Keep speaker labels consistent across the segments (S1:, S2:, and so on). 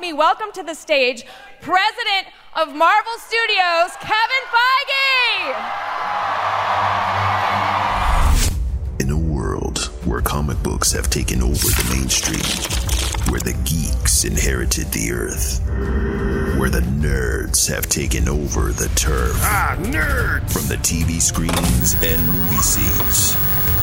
S1: me welcome to the stage President of Marvel Studios, Kevin Feige.
S2: In a world where comic books have taken over the main street, where the geeks inherited the earth, where the nerds have taken over the turf.
S3: Ah, nerds!
S2: From the TV screens and movie scenes.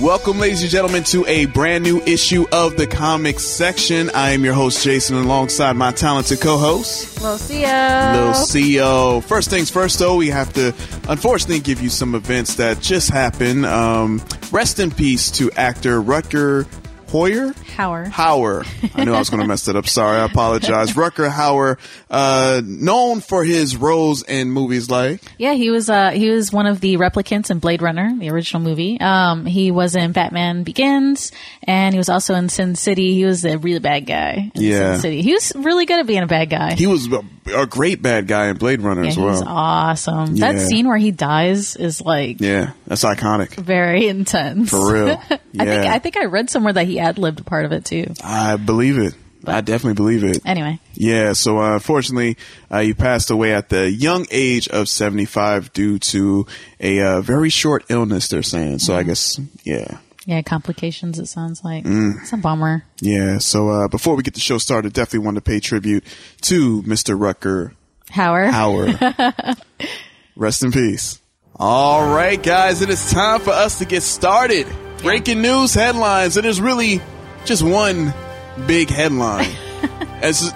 S4: Welcome, ladies and gentlemen, to a brand new issue of the comic section. I am your host, Jason, alongside my talented co host,
S5: Lucio.
S4: Lucio. E First things first, though, we have to unfortunately give you some events that just happened. Um, rest in peace to actor Rutger Hoyer?
S5: Hauer.
S4: Hauer. I knew I was going to mess that up. Sorry, I apologize. Rucker Hauer, uh, known for his roles in movies like
S5: yeah, he was uh, he was one of the replicants in Blade Runner, the original movie. Um, he was in Batman Begins, and he was also in Sin City. He was a really bad guy.
S4: yeah,
S5: Sin City. He was really good at being a bad guy.
S4: He was a, a great bad guy in Blade Runner
S5: yeah,
S4: as well.
S5: awesome. Yeah. That scene where he dies is like
S4: yeah, that's iconic.
S5: Very intense
S4: for real. Yeah.
S5: I think I think I read somewhere that he ad libbed part of it too.
S4: I believe it. But I definitely believe it.
S5: Anyway.
S4: Yeah. So uh, unfortunately, uh, you passed away at the young age of 75 due to a uh, very short illness, they're saying.
S5: Mm-hmm.
S4: So mm. I guess, yeah.
S5: Yeah, complications, it sounds like. Mm. It's a bummer.
S4: Yeah. So uh, before we get the show started, definitely want to pay tribute to Mr. Rucker.
S5: Howard.
S4: Howard. Rest in peace. All right, guys. It is time for us to get started. Breaking news headlines. And there's really just one big headline as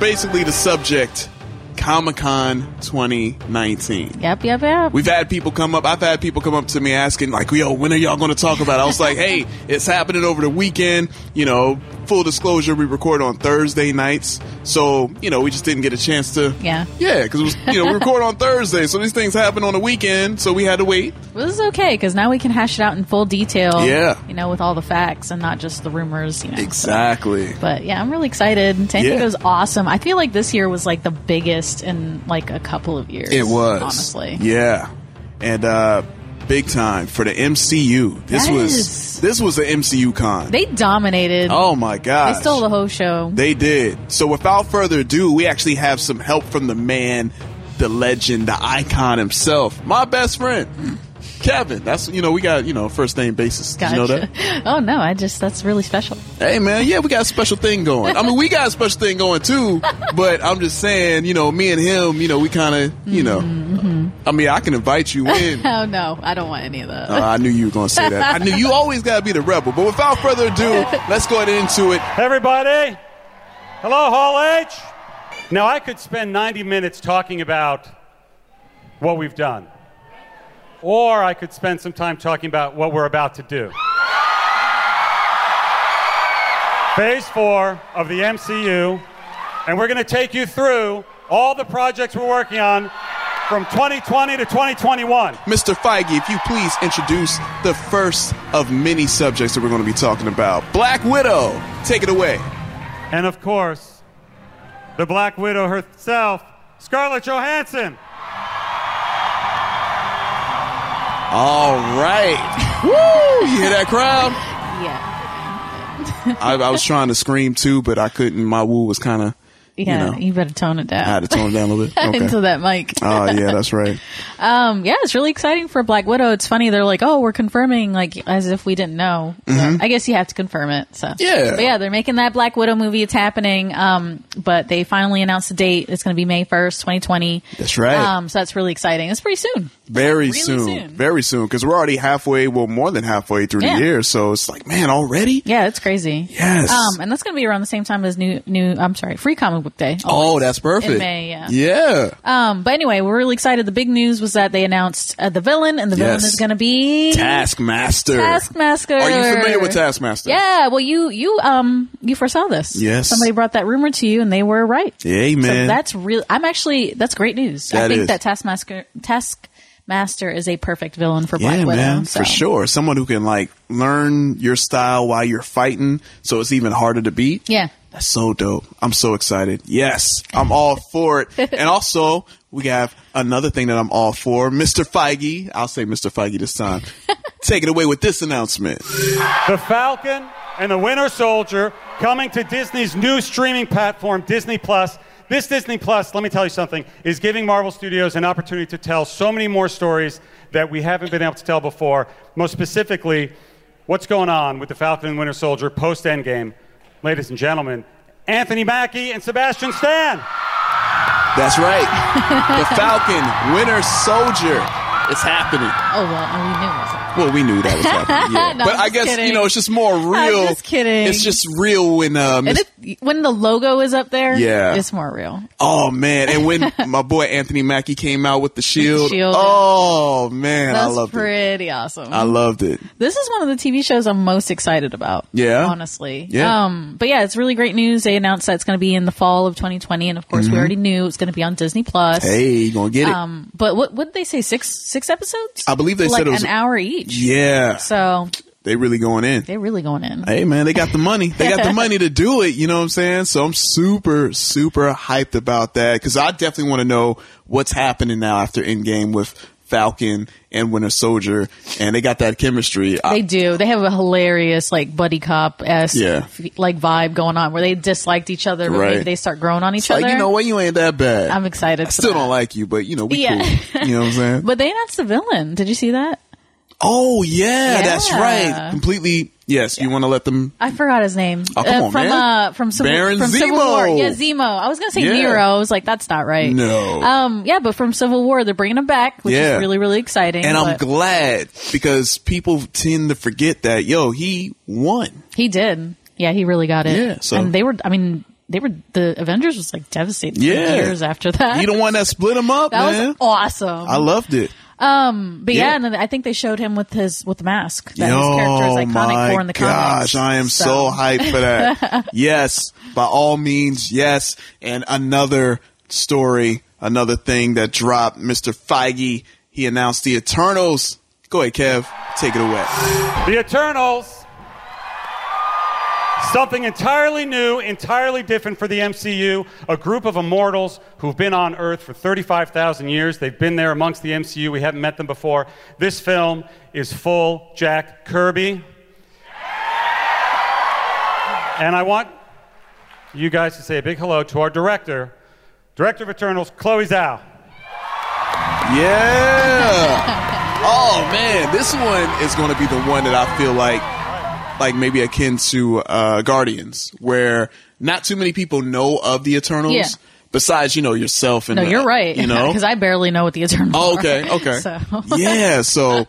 S4: basically the subject Comic Con 2019.
S5: Yep, yep, yep.
S4: We've had people come up. I've had people come up to me asking, like, yo, when are y'all going to talk about it? I was like, hey, it's happening over the weekend. You know, full disclosure, we record on Thursday nights. So, you know, we just didn't get a chance to.
S5: Yeah.
S4: Yeah, because it was, you know, we record on Thursday. So these things happen on the weekend. So we had to wait.
S5: Well, this is okay because now we can hash it out in full detail.
S4: Yeah.
S5: You know, with all the facts and not just the rumors, you know.
S4: Exactly.
S5: So, but yeah, I'm really excited. San Diego's yeah. awesome. I feel like this year was like the biggest in like a couple of years.
S4: It was.
S5: Honestly.
S4: Yeah. And, uh, big time for the MCU. This yes. was this was an MCU con.
S5: They dominated.
S4: Oh my god!
S5: They stole the whole show.
S4: They did. So without further ado, we actually have some help from the man, the legend, the icon himself, my best friend. Kevin, that's you know we got you know first name basis. Gotcha. you know that?
S5: Oh no, I just that's really special.
S4: Hey man, yeah, we got a special thing going. I mean, we got a special thing going too. But I'm just saying, you know, me and him, you know, we kind of, you know, mm-hmm. I mean, I can invite you in.
S5: oh no, I don't want any of that.
S4: Uh, I knew you were going to say that. I knew you always got to be the rebel. But without further ado, let's go ahead into it.
S6: Everybody, hello, Hall H. Now I could spend 90 minutes talking about what we've done or I could spend some time talking about what we're about to do. Phase four of the MCU, and we're going to take you through all the projects we're working on from 2020 to 2021.
S4: Mr. Feige, if you please introduce the first of many subjects that we're going to be talking about Black Widow. Take it away.
S6: And of course, the Black Widow herself, Scarlett Johansson.
S4: All right. Woo! You hear that crowd?
S5: yeah.
S4: I, I, was trying to scream too, but I couldn't. My woo was kind of.
S5: Yeah,
S4: you, know,
S5: you, better tone it down. I
S4: had to tone it down a little bit.
S5: Okay. Into that mic.
S4: Oh, uh, yeah, that's right.
S5: um, yeah, it's really exciting for Black Widow. It's funny. They're like, oh, we're confirming, like, as if we didn't know. Mm-hmm. I guess you have to confirm it. So
S4: Yeah.
S5: But yeah, they're making that Black Widow movie. It's happening. Um, but they finally announced the date. It's going to be May 1st, 2020.
S4: That's right.
S5: Um, so that's really exciting. It's pretty soon.
S4: Very
S5: really
S4: soon. soon. Very soon. Because we're already halfway, well, more than halfway through yeah. the year. So it's like, man, already?
S5: Yeah, it's crazy.
S4: Yes.
S5: Um, and that's going to be around the same time as new, new, I'm sorry, Free Comic Book Day.
S4: Oh, that's perfect.
S5: May, yeah.
S4: Yeah.
S5: Um, but anyway, we're really excited. The big news was that they announced uh, the villain, and the villain
S4: yes.
S5: is going to be
S4: Taskmaster.
S5: Taskmaster.
S4: Are you familiar with Taskmaster?
S5: Yeah. Well, you you um you foresaw this.
S4: Yes.
S5: Somebody brought that rumor to you, and they were right. So
S4: Amen.
S5: that's real. I'm actually that's great news.
S4: That
S5: I think
S4: is.
S5: that Taskmaster Task Master is a perfect villain for Black
S4: Yeah,
S5: Widow.
S4: man,
S5: so.
S4: for sure. Someone who can like learn your style while you're fighting, so it's even harder to beat.
S5: Yeah.
S4: That's so dope. I'm so excited. Yes, I'm all for it. And also, we have another thing that I'm all for. Mr. Feige, I'll say Mr. Feige this time. Take it away with this announcement.
S6: The Falcon and the Winter Soldier coming to Disney's new streaming platform, Disney Plus. This Disney Plus, let me tell you something, is giving Marvel Studios an opportunity to tell so many more stories that we haven't been able to tell before. Most specifically, what's going on with the Falcon and Winter Soldier post Endgame? Ladies and gentlemen, Anthony Mackie and Sebastian Stan.
S4: That's right. The Falcon Winter Soldier. It's happening.
S5: Oh well, and we knew it was happening.
S4: Well, we knew that was happening. Yeah.
S5: No,
S4: but
S5: I'm
S4: I
S5: just
S4: guess you
S5: kidding.
S4: know it's just more real.
S5: just kidding.
S4: It's just real when uh, Mr.
S5: And it, when the logo is up there,
S4: Yeah.
S5: it's more real.
S4: Oh man! And when my boy Anthony Mackie came out with the shield,
S5: Shield.
S4: oh man, I
S5: That's
S4: loved it.
S5: pretty awesome.
S4: I loved it.
S5: this is one of the TV shows I'm most excited about.
S4: Yeah?
S5: Honestly.
S4: Yeah.
S5: Um, but yeah, it's really great news. They announced that it's going to be in the fall of 2020. And of course,
S4: Mm-hmm.
S5: we already knew it's going to be on Disney Plus.
S4: Hey, you gonna get it?
S5: Um, but what would they say? Six, six episodes?
S4: I believe they
S5: like
S4: said it was-
S5: an hour each.
S4: yeah,
S5: So
S4: they really going in.
S5: they're really going in.
S4: Hey man, they got the money. They got the money to do it. You know what I'm saying? So I'm super, super hyped about that because I definitely want to know what's happening now after Endgame with Falcon and Winter Soldier, and they got that chemistry. I-
S5: They do. They have a hilarious like buddy cop esque
S4: Yeah.
S5: like vibe going on where they disliked each other, but maybe
S4: Right.
S5: they start growing on each other.
S4: like you know what? You ain't that bad.
S5: I'm excited.
S4: I
S5: for
S4: still
S5: that.
S4: don't like you, but you know we
S5: Yeah.
S4: cool. You know what I'm saying?
S5: But they announced the villain. Did you see that?
S4: Oh yeah, that's
S5: Yeah.
S4: right. Completely. Yes, you want to let them.
S5: I forgot his name.
S4: Oh, come on,
S5: from
S4: man.
S5: uh from Civil,
S4: Baron
S5: from Civil
S4: Zemo.
S5: War. Yeah, Zemo. I was gonna say
S4: Yeah.
S5: Nero. I was like, that's not right.
S4: No.
S5: Um. Yeah, but from Civil War, they're bringing him back, which
S4: Yeah.
S5: is really really exciting.
S4: And I'm
S5: but
S4: glad because people tend to forget that. Yo, he won.
S5: he did. Yeah, he really got it.
S4: Yeah, so-
S5: and they were. I mean, they were. The Avengers was like devastated. for
S4: Yeah.
S5: years after that.
S4: He the one that split him up,
S5: that
S4: man.
S5: was awesome.
S4: I loved it.
S5: but yeah,
S4: yeah.
S5: and then I think they showed him with his with the mask that
S4: Yo,
S5: his character is iconic
S4: my
S5: for in the
S4: gosh,
S5: comics.
S4: I am so. hyped for that. yes, by all means, yes. And another story, another thing that dropped. Mr. Feige, he announced the Eternals. Go ahead, Kev. Take it away.
S6: The Eternals. Something entirely new, entirely different for the MCU. A group of immortals who've been on Earth for 35,000 years. They've been there amongst the MCU. We haven't met them before. This film is full Jack Kirby. And I want you guys to say a big hello to our director, director of Eternals, Chloe Zhao.
S4: Yeah. oh man, this one is going to be the one that I feel like, like maybe akin to uh, Guardians, where not too many people know of the Eternals.
S5: Yeah.
S4: Besides, you know yourself and
S5: No,
S4: the-
S5: you're right.
S4: You know,
S5: because I barely know what the Eternals.
S4: Oh, okay,
S5: are.
S4: okay.
S5: So.
S4: yeah, so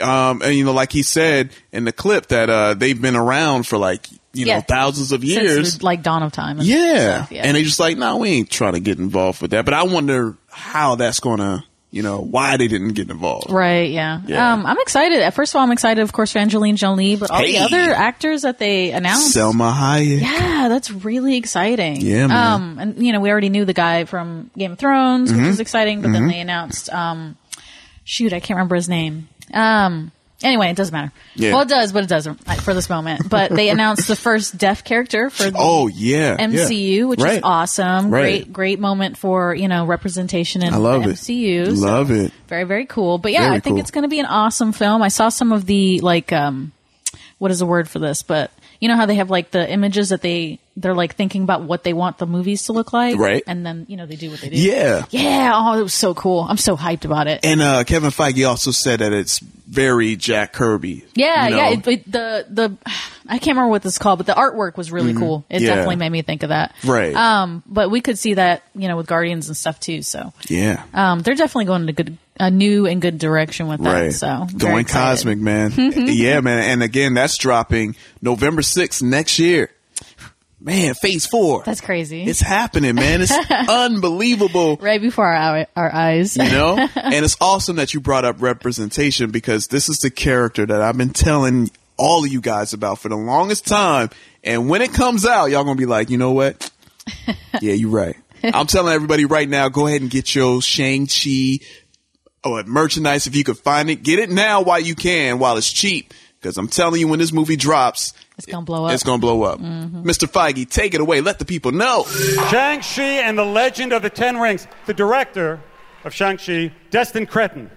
S4: um and you know like he said in the clip that uh they've been around for like, you
S5: Yeah.
S4: know, thousands of
S5: Since
S4: years.
S5: the, like dawn of time. and
S4: yeah.
S5: stuff, yeah.
S4: And they just like, no, we ain't trying to get involved with that. But I wonder how that's going to, you know, why they didn't get involved.
S5: Right, yeah.
S4: Yeah.
S5: Um, I'm excited. First of all, I'm excited, of course, for Angelina Jolie, but all
S4: Hey.
S5: the other actors that they announced.
S4: Selma Hayek.
S5: yeah, that's really exciting.
S4: Yeah, man. Mm-hmm.
S5: Um, and you know, we already knew the guy from Game of Thrones, which was exciting, but then they announced, um, shoot, I can't remember his name. Um, anyway, it doesn't matter.
S4: Yeah.
S5: Well, it does, but it doesn't like, for this moment. But they announced the first deaf character for the
S4: Oh yeah,
S5: MCU,
S4: yeah.
S5: which is
S4: Right.
S5: awesome.
S4: Right.
S5: Great, great moment for you know representation in
S4: I love
S5: the
S4: it.
S5: MCU. so
S4: Love it.
S5: very, very cool. But yeah,
S4: Very
S5: I think
S4: cool.
S5: it's going to be an awesome film. I saw some of the like, um, what is the word for this? But you know how they have like the images that they they're like thinking about what they want the movies to look like,
S4: Right.
S5: And then you know they do what they do.
S4: Yeah.
S5: yeah. Oh, it was so cool. I'm so hyped about it.
S4: And uh, Kevin Feige also said that it's very Jack Kirby.
S5: yeah,
S4: you know?
S5: yeah. It, it, the the I can't remember what this is called, but the artwork was really cool. It
S4: Mm-hmm. Yeah.
S5: definitely made me think of that.
S4: Right.
S5: Um, but we could see that you know with Guardians and stuff too. So
S4: yeah.
S5: um, they're definitely going in a good, a new and good direction with that.
S4: Right.
S5: So very
S4: Going
S5: excited.
S4: cosmic, man. yeah, man. And again, that's dropping November 6th next year. Man, phase four.
S5: That's crazy.
S4: It's happening, man. It's unbelievable.
S5: right before our our eyes.
S4: You know? and it's awesome that you brought up representation because this is the character that I've been telling all of you guys about for the longest time. And when it comes out, y'all gonna be like, you know what? Yeah, you're right. I'm telling everybody right now, go ahead and get your Shang-Chi or at merchandise if you could find it. Get it now while you can, while it's cheap. Because I'm telling you, when this movie drops,
S5: It's gonna blow up.
S4: It's gonna blow up. Mr. Feige, take it away. Let the people know.
S6: Shang-Chi and the Legend of the Ten Rings. The director of Shang-Chi, Destin Cretton.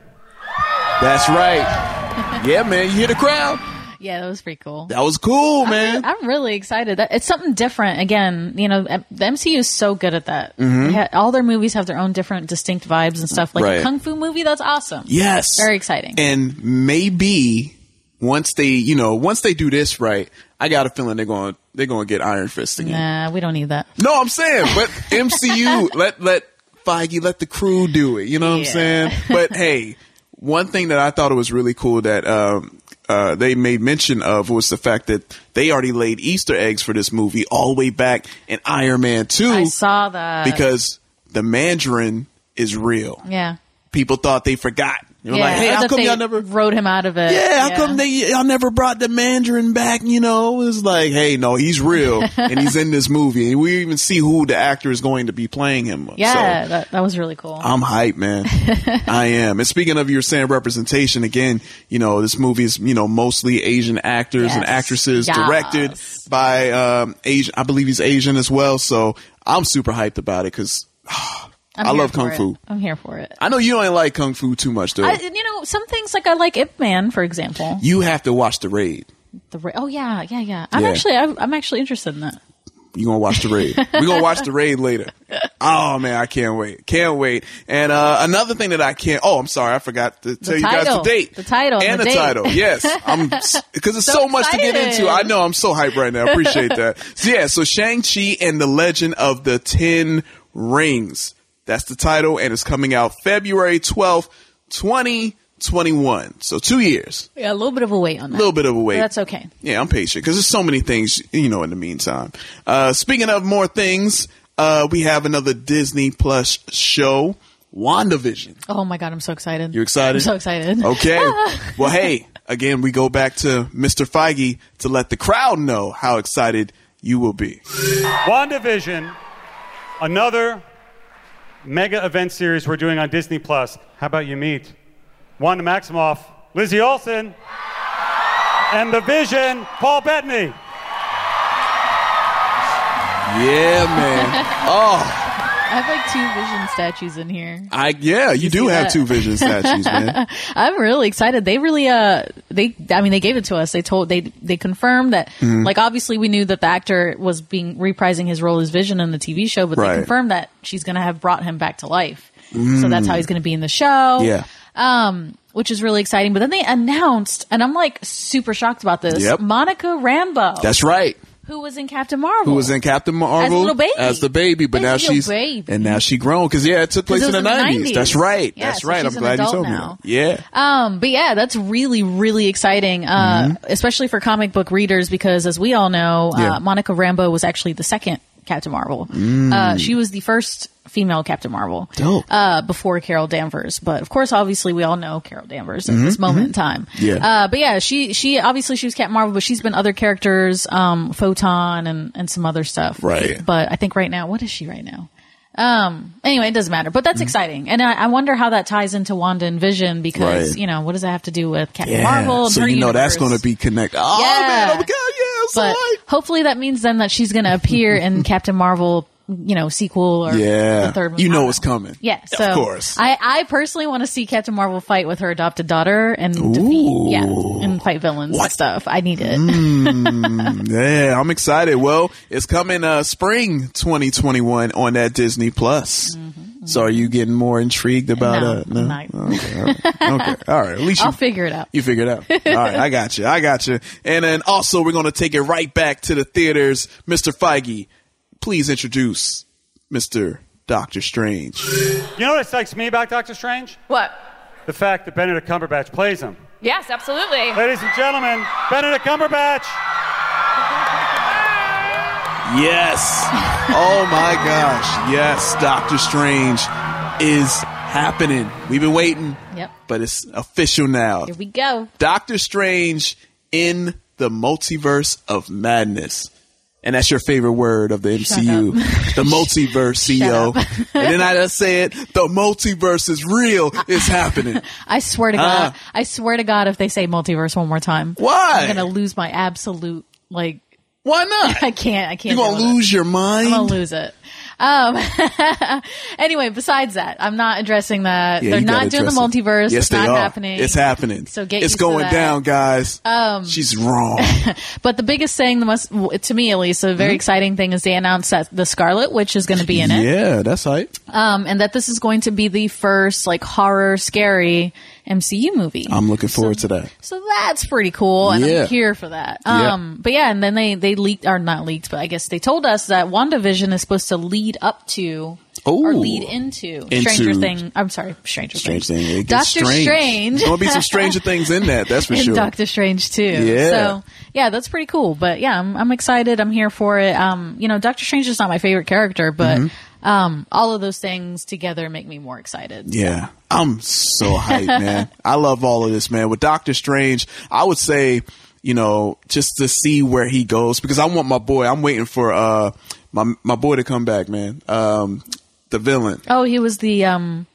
S4: That's right. yeah, man. You hear the crowd?
S5: Yeah, that was pretty cool.
S4: That was cool, man.
S5: I'm really excited. That- It's something different. Again, you know, M- the MCU is so good at that. They ha- all their movies have their own different, distinct vibes and stuff. Like
S4: Mm-hmm. Right.
S5: a kung fu movie, that's awesome.
S4: Yes.
S5: Very exciting.
S4: And maybe once they, you know, once they do this right, I got a feeling they're going to they're going to get Iron Fist again.
S5: Nah, we don't need that.
S4: No, I'm saying, but MCU let let Feige let the crew do it. You know what I'm
S5: Yeah.
S4: saying? But hey, one thing that I thought it was really cool that um, uh, they made mention of was the fact that they already laid Easter eggs for this movie all the way back in Iron Man Two
S5: I saw that.
S4: because the Mandarin is real.
S5: yeah.
S4: People thought they forgot. They were
S5: yeah.
S4: like, hey,
S5: Or
S4: how
S5: that
S4: come
S5: they
S4: y'all never
S5: wrote him out of it?
S4: yeah, how come they y'all never brought the Mandarin back? You know, it's like, hey, no, he's real and he's in this movie, and we even see who the actor is going to be playing him.
S5: Yeah,
S4: So,
S5: that, that was really cool.
S4: I'm hyped, man. I am. And speaking of your saying representation again, you know, this movie is you know mostly Asian actors and
S5: Yes.
S4: actresses,
S5: Yes.
S4: directed by um Asian. I believe he's Asian as well, so I'm super hyped about it because
S5: I'm
S4: I
S5: here
S4: love
S5: for
S4: kung
S5: it.
S4: fu.
S5: I'm here for it.
S4: I know you ain't like kung fu too much, though.
S5: I, you know, some things like I like Ip Man, for example.
S4: you have to watch the raid.
S5: The ra- oh yeah, yeah, yeah. I'm
S4: Yeah.
S5: actually, I'm, I'm actually interested in that.
S4: You gonna watch the raid? We're gonna watch the raid later. Oh man, I can't wait, can't wait. And uh, another thing that I can't. Oh, I'm sorry, I forgot to tell you guys the
S5: title.
S4: date,
S5: The title and
S4: and
S5: the
S4: the,
S5: date.
S4: title. Yes, I'm because it's so,
S5: So
S4: much to get
S5: excited.
S4: into. I know I'm so hyped right now. I appreciate that. So yeah, so Shang Chi and the Legend of the Ten Rings. That's the title, and it's coming out February 12th, 2021. So two years,
S5: Yeah, a little bit of a wait on that.
S4: a little bit of a wait.
S5: But that's okay.
S4: Yeah, I'm patient because there's so many things, you know, in the meantime. Uh, speaking of more things, uh, we have another Disney Plus show, WandaVision.
S5: Oh my god, I'm so excited.
S4: You excited?
S5: I'm so excited.
S4: Okay. well, hey, again, we go back to Mr. Feige to let the crowd know how excited you will be.
S6: WandaVision, another mega event series we're doing on Disney Plus. How about you meet Wanda Maximoff, Lizzie Olson, and the Vision, Paul Bettany.
S4: Yeah, man. oh,
S5: I have like two vision statues in here.
S4: I yeah, you, do
S5: see
S4: have
S5: that?
S4: two vision statues, man.
S5: I'm really excited. They really uh they I mean they gave it to us. They told they they confirmed that
S4: Mm-hmm.
S5: like obviously we knew that the actor was being reprising his role as Vision in the TV show, but
S4: Right. Mm.
S5: they confirmed that she's going to have brought him back to life. So that's how he's going to be in the show.
S4: Yeah.
S5: Um which is really exciting. But then they announced and I'm like super shocked about this.
S4: Yep.
S5: Monica Rambo,
S4: That's right.
S5: who was in Captain Marvel.
S4: Who was in Captain Marvel
S5: little baby.
S4: as the baby, but
S5: As
S4: now
S5: a little
S4: she's
S5: baby.
S4: and now she grown because yeah, it took place
S5: it
S4: in the
S5: was in the
S4: nineties.
S5: 90s.
S4: That's right.
S5: Yeah,
S4: That's
S5: so
S4: right.
S5: she's
S4: I'm
S5: an
S4: glad you
S5: adult
S4: told me.
S5: now.
S4: that. Yeah.
S5: Um, but yeah, that's really, really exciting, uh, especially for comic book readers, because as we all know,
S4: Mm-hmm. Yeah.
S5: uh, Monica Rambeau was actually the second Captain Marvel. Uh, she was the first female Captain Marvel
S4: Mm. Dope.
S5: Uh, before Carol Danvers. But of course, obviously, we all know Carol Danvers at this moment in time.
S4: Mm-hmm. Yeah.
S5: Uh, but yeah, she she obviously she was Captain Marvel, but she's been other characters, um, Photon and and some other stuff.
S4: Right.
S5: But I think right now, what is she right now? Um. Anyway, it doesn't matter, but
S4: Mm-hmm.
S5: that's exciting, and I, I wonder how that ties into Wanda and Vision because
S4: Right.
S5: you know what does that have to do with Captain
S4: yeah.
S5: Marvel? and
S4: so
S5: her
S4: you know that's going
S5: universe?
S4: to be connected. Oh
S5: Yeah.
S4: man! Oh my god! Yeah. I'm so
S5: But
S4: hyped.
S5: hopefully that means then that she's going to appear in Captain Marvel, you know, sequel or
S4: Yeah.
S5: the third one.
S4: You
S5: I
S4: know
S5: don't
S4: it's coming.
S5: Yeah,
S4: Of
S5: so
S4: course.
S5: I, I personally want to see Captain Marvel fight with her adopted daughter and defeat, yeah, and fight villains
S4: What? Mm.
S5: and stuff. I need it.
S4: Yeah, I'm excited. Well, it's coming uh spring 2021 on that Disney Plus. So are you getting more intrigued about
S5: Mm-hmm, No,
S4: uh
S5: I'm not.
S4: Okay, all right. okay. All right. At least
S5: I'll
S4: you-
S5: figure it out.
S4: You figured out. All right, I got you. I got you. And then also, we're going to take it right back to the theaters. Mr. Feige, please introduce Mr. Doctor Strange.
S6: You know what excites me about Doctor Strange?
S1: What?
S6: The fact that Benedict Cumberbatch plays him.
S1: Yes, absolutely.
S6: Ladies and gentlemen, Benedict Cumberbatch.
S4: Yes. Oh my gosh. Yes, Doctor Strange is happening. We've been waiting,
S5: Yep.
S4: but it's official now.
S5: Here we go.
S4: Doctor Strange in the Multiverse of Madness. And that's your favorite word of the MCU, the multiverse, CEO. and then I just say it, the multiverse is real. It's happening.
S5: I swear to
S4: Huh?
S5: God, I swear to God, if they say multiverse one more time,
S4: Why?
S5: I'm gonna lose my absolute like.
S4: Why not?
S5: I can't. I can't.
S4: You're going to
S5: deal with it.
S4: lose your mind.
S5: I'm gonna lose it. Um, anyway, besides that, I'm not addressing that.
S4: Yeah,
S5: They're
S4: you gotta
S5: not doing the
S4: address it.
S5: multiverse.
S4: Yes,
S5: it's
S4: they
S5: not
S4: are.
S5: happening.
S4: It's happening.
S5: So get
S4: it's
S5: used to
S4: going
S5: that. Um,
S4: down, guys. She's wrong.
S5: But the biggest thing, the most to me at least, a very exciting thing is they announced that the Scarlet Witch is going to be in it,
S4: Mm-hmm. yeah, that's right.
S5: um, and that this is going to be the first like horror, scary MCU movie.
S4: I'm looking forward to that.
S5: so that's pretty cool, and
S4: Yeah.
S5: I'm here for that.
S4: Yeah.
S5: Um, But yeah, and then they they leaked, or not leaked, but I guess they told us that WandaVision is supposed to lead up to. Or
S4: Ooh.
S5: lead into,
S4: Into-
S5: Stranger Thing. I'm sorry, Stranger,
S4: Strange
S5: Things.
S4: thing. It gets
S5: Doctor
S4: strange.
S5: Strange.
S4: There's going to be some stranger things in that. That's for
S5: and
S4: sure.
S5: Doctor Strange too.
S4: Yeah.
S5: So yeah, that's pretty cool. But yeah, I'm, I'm excited. I'm here for it. Um, you know, Doctor Strange is not my favorite character, but
S4: Mm-hmm.
S5: um, all of those things together make me more excited.
S4: Yeah. I'm so hyped, man. I love all of this, man. With Doctor Strange, I would say, you know, just to see where he goes because I want my boy. I'm waiting for uh my my boy to come back, man. Um the villain.
S5: Oh, he was the um,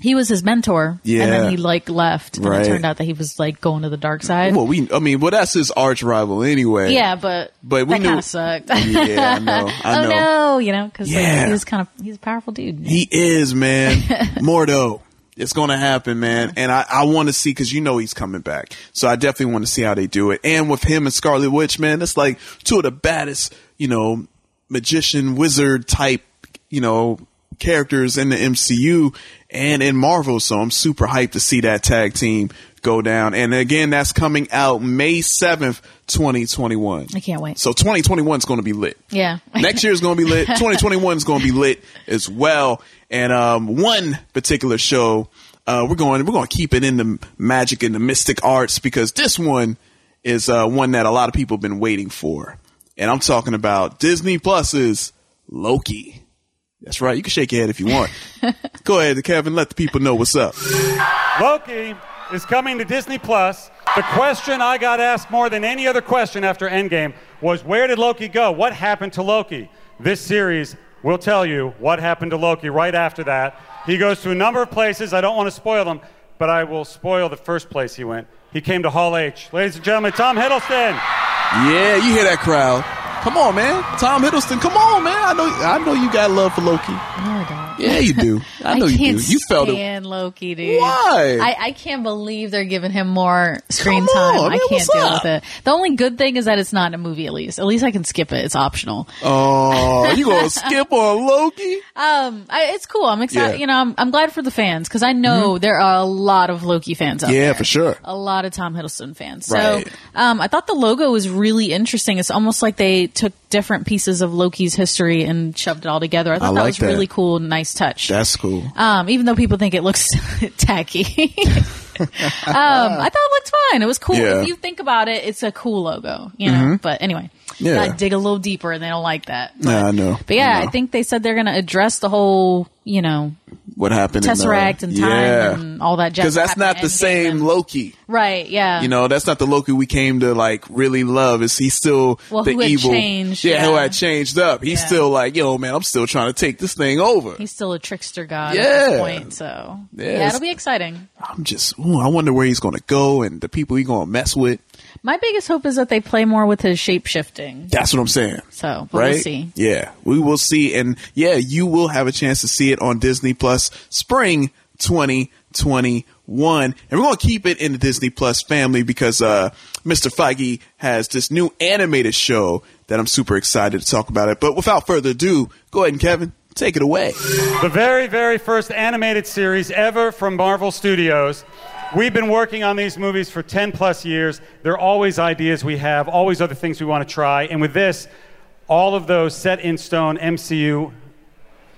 S5: he was his mentor.
S4: Yeah.
S5: And then he like left, and
S4: Right.
S5: it turned out that he was like going to the dark side.
S4: Well, we I mean, well that's his arch rival anyway.
S5: yeah, but
S4: But we
S5: that
S4: knew-
S5: kind of sucked.
S4: Yeah, I know. I
S5: oh
S4: know.
S5: no, you know, because
S4: Yeah.
S5: like, he was kind of he's a powerful dude.
S4: He is, man. Mordo. It's going to happen, man. And I, I want to see, cause you know he's coming back. So I definitely want to see how they do it. And with him and Scarlet Witch, man, that's like two of the baddest, you know, magician, wizard type, you know, characters in the MCU and in Marvel. So I'm super hyped to see that tag team go down. And again, that's coming out May 7th, 2021.
S5: I can't wait.
S4: So 2021 is going to be lit
S5: yeah.
S4: next year is going to be lit. 2021 is going to be lit as well. And um, one particular show, uh, we're going we're going to keep it in the magic and the mystic arts because this one is uh, one that a lot of people have been waiting for. And I'm talking about Disney Plus's Loki. That's right. You can shake your head if you want. Go ahead, Kevin. Let the people know what's up.
S6: Loki is coming to Disney Plus. The question I got asked more than any other question after Endgame was where did Loki go? What happened to Loki? This series will tell you what happened to Loki right after that. He goes to a number of places. I don't want to spoil them, but I will spoil the first place he went. He came to Hall H. Ladies and gentlemen, Tom Hiddleston.
S4: Yeah, you hear that crowd? Come on, man. Tom Hiddleston. Come on, man. I know. I know you got love for Loki.
S5: No, I don't.
S4: Yeah, you do. I know
S5: can't
S4: you do. You felt it
S5: stand Loki, dude.
S4: Why?
S5: I, I can't believe they're giving him more screen
S4: Come on,
S5: time.
S4: man,
S5: I can't
S4: what's
S5: deal
S4: up?
S5: with it. The only good thing is that it's not in a movie. At least, at least I can skip it. It's optional.
S4: Oh, you gonna skip on Loki?
S5: Um, I, it's cool. I'm excited.
S4: Yeah. Mm-hmm.
S5: You know, I'm, I'm glad for the fans because I know there are a lot of Loki fans out
S4: Yeah,
S5: there.
S4: for sure.
S5: a lot of Tom Hiddleston fans.
S4: Right.
S5: So um, I thought the logo was really interesting. It's almost like they took different pieces of Loki's history and shoved it all together. I thought
S4: I
S5: that
S4: like
S5: was
S4: that.
S5: really cool, nice touch.
S4: That's cool.
S5: um, even though people think it looks tacky. um, I thought it looked fine. It was cool.
S4: Yeah. Mm-hmm.
S5: If you think about it, it's a cool logo, you know. But anyway,
S4: Yeah.
S5: gotta dig a little deeper, and they don't like that. But,
S4: Nah, I know.
S5: but yeah,
S4: know
S5: I think they said they're gonna address the whole, you know,
S4: what happened
S5: tesseract
S4: in,
S5: and
S4: uh,
S5: time
S4: yeah.
S5: and all that jazz.
S4: because that's
S5: that happened
S4: not the
S5: in Endgame
S4: same
S5: and-
S4: Loki.
S5: right? Yeah,
S4: You know, that's not the Loki we came to like really love. Is he still
S5: Well,
S4: the
S5: who had
S4: evil?
S5: changed,
S4: yeah, who
S5: yeah.
S4: had changed up? He's
S5: Yeah.
S4: still like, yo, man, I'm still trying to take this thing over.
S5: he's still a trickster god at
S4: Yeah.
S5: this point. So
S4: Yeah,
S5: yeah,
S4: it's-
S5: it'll be exciting.
S4: I'm just, ooh, I wonder where he's gonna go and the people he's gonna mess with.
S5: My biggest hope is that they play more with his shape shifting.
S4: That's what I'm saying.
S5: So but
S4: right?
S5: we'll see.
S4: Yeah, we will see, and yeah, you will have a chance to see it on Disney Plus Spring 2021, and we're gonna keep it in the Disney Plus family because uh, Mr. Feige has this new animated show that I'm super excited to talk about it. But without further ado, go ahead and Kevin, take it away.
S6: The very, very first animated series ever from Marvel Studios. We've been working on these movies for 10 plus years. There are always ideas we have, always other things we want to try. And with this, all of those set in stone MCU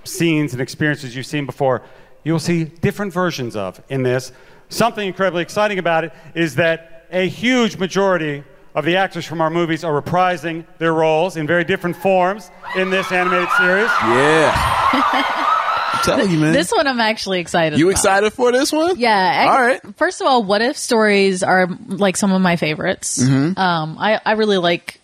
S6: scenes and experiences you've seen before, you'll see different versions of in this. Something incredibly exciting about it is that a huge majority of the actors from our movies are reprising their roles in very different forms in this animated series.
S4: Yeah, I'm telling you, man.
S5: This one I'm actually excited.
S4: you
S5: about.
S4: excited for this one?
S5: Yeah. I-
S4: All right.
S5: First of all,
S4: Mm-hmm.
S5: what if stories are like some of my favorites. Um, I I really like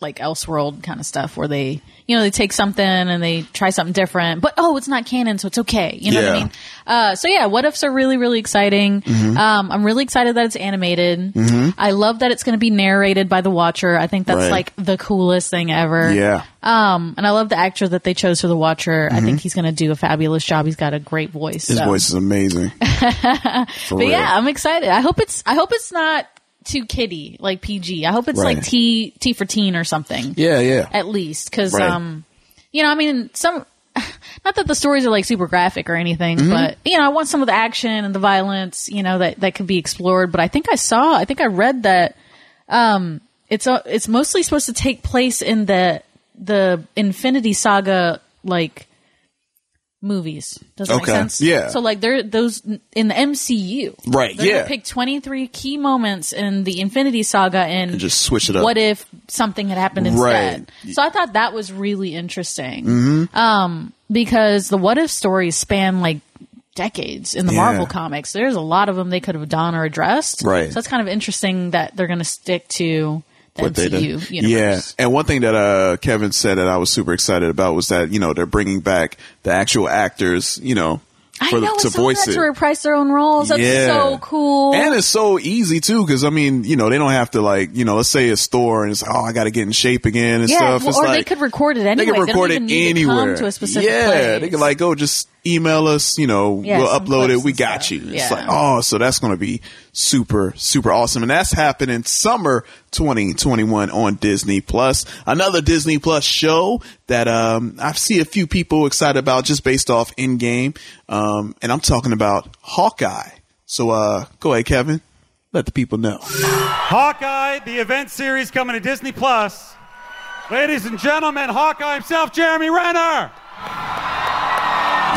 S5: like Elseworld kind of stuff where they, you know, they take something and they try something different, but oh, it's not canon, so it's okay. You know what
S4: Yeah. Mm-hmm.
S5: I mean? Uh, so yeah, what ifs are really, really exciting. Um, I'm really excited that it's animated. I love that it's going to be narrated by the Watcher. I think that's
S4: Right.
S5: like the coolest thing ever.
S4: Yeah. Mm-hmm.
S5: Um, and I love the actor that they chose for the Watcher. I think he's going to do a fabulous job. He's got a great voice.
S4: His
S5: so.
S4: voice is amazing. For
S5: But
S4: real.
S5: yeah, I'm excited. I hope it's I hope it's not too kiddie like PG. I hope it's
S4: Right.
S5: like T T for teen or something.
S4: yeah, yeah.
S5: At least cuz
S4: Right.
S5: um you know, I mean some not that the stories are like super graphic or anything,
S4: Mm-hmm.
S5: but you know, I want some of the action and the violence, you know, that that could be explored, but I think I saw, I think I read that um it's uh, it's mostly supposed to take place in the the Infinity Saga like movies. Does that
S4: Okay.
S5: make sense?
S4: Yeah.
S5: So like there those in the MCU.
S4: Right,
S5: They're gonna
S4: yeah.
S5: Pick 23 key moments in the Infinity Saga and,
S4: just switch it up.
S5: What if something had happened instead?
S4: Right.
S5: So I thought that was really interesting. Um because the what if stories span like decades in the
S4: Yeah.
S5: Marvel comics. There's a lot of them they could have done or addressed.
S4: Right.
S5: So it's kind of interesting that they're going to stick to the
S4: What they done.
S5: MCU universe.
S4: Yeah, and one thing that uh, Kevin said that I was super excited about was that you know they're bringing back the actual actors, you know,
S5: I
S4: for the,
S5: know
S4: to
S5: it's so
S4: voice
S5: hard
S4: it.
S5: to reprise their own roles. That's
S4: Yeah.
S5: so cool.
S4: And it's so easy too, because I mean, you know, they don't have to like, you know, let's say a store and it's oh, I got to get in shape again and
S5: yeah,
S4: stuff.
S5: well,
S4: It's
S5: or they
S4: like-
S5: could record it anyway.
S4: They can record
S5: don't
S4: it
S5: even need to come
S4: anywhere.
S5: to a specific
S4: yeah,
S5: place.
S4: they can like, oh, just email us. You know,
S5: Yeah,
S4: we'll
S5: some
S4: upload it.
S5: clips
S4: We
S5: and
S4: got
S5: stuff.
S4: you. It's
S5: Yeah.
S4: like, oh, so that's going to be super, super awesome, and that's happening summer 2021 on Disney Plus. Another Disney Plus show that um I see a few people excited about just based off in game, um, and I'm talking about Hawkeye. So uh, go ahead, Kevin. Let the people know.
S6: Hawkeye, the event series coming to Disney Plus. Ladies and gentlemen, Hawkeye himself, Jeremy Renner.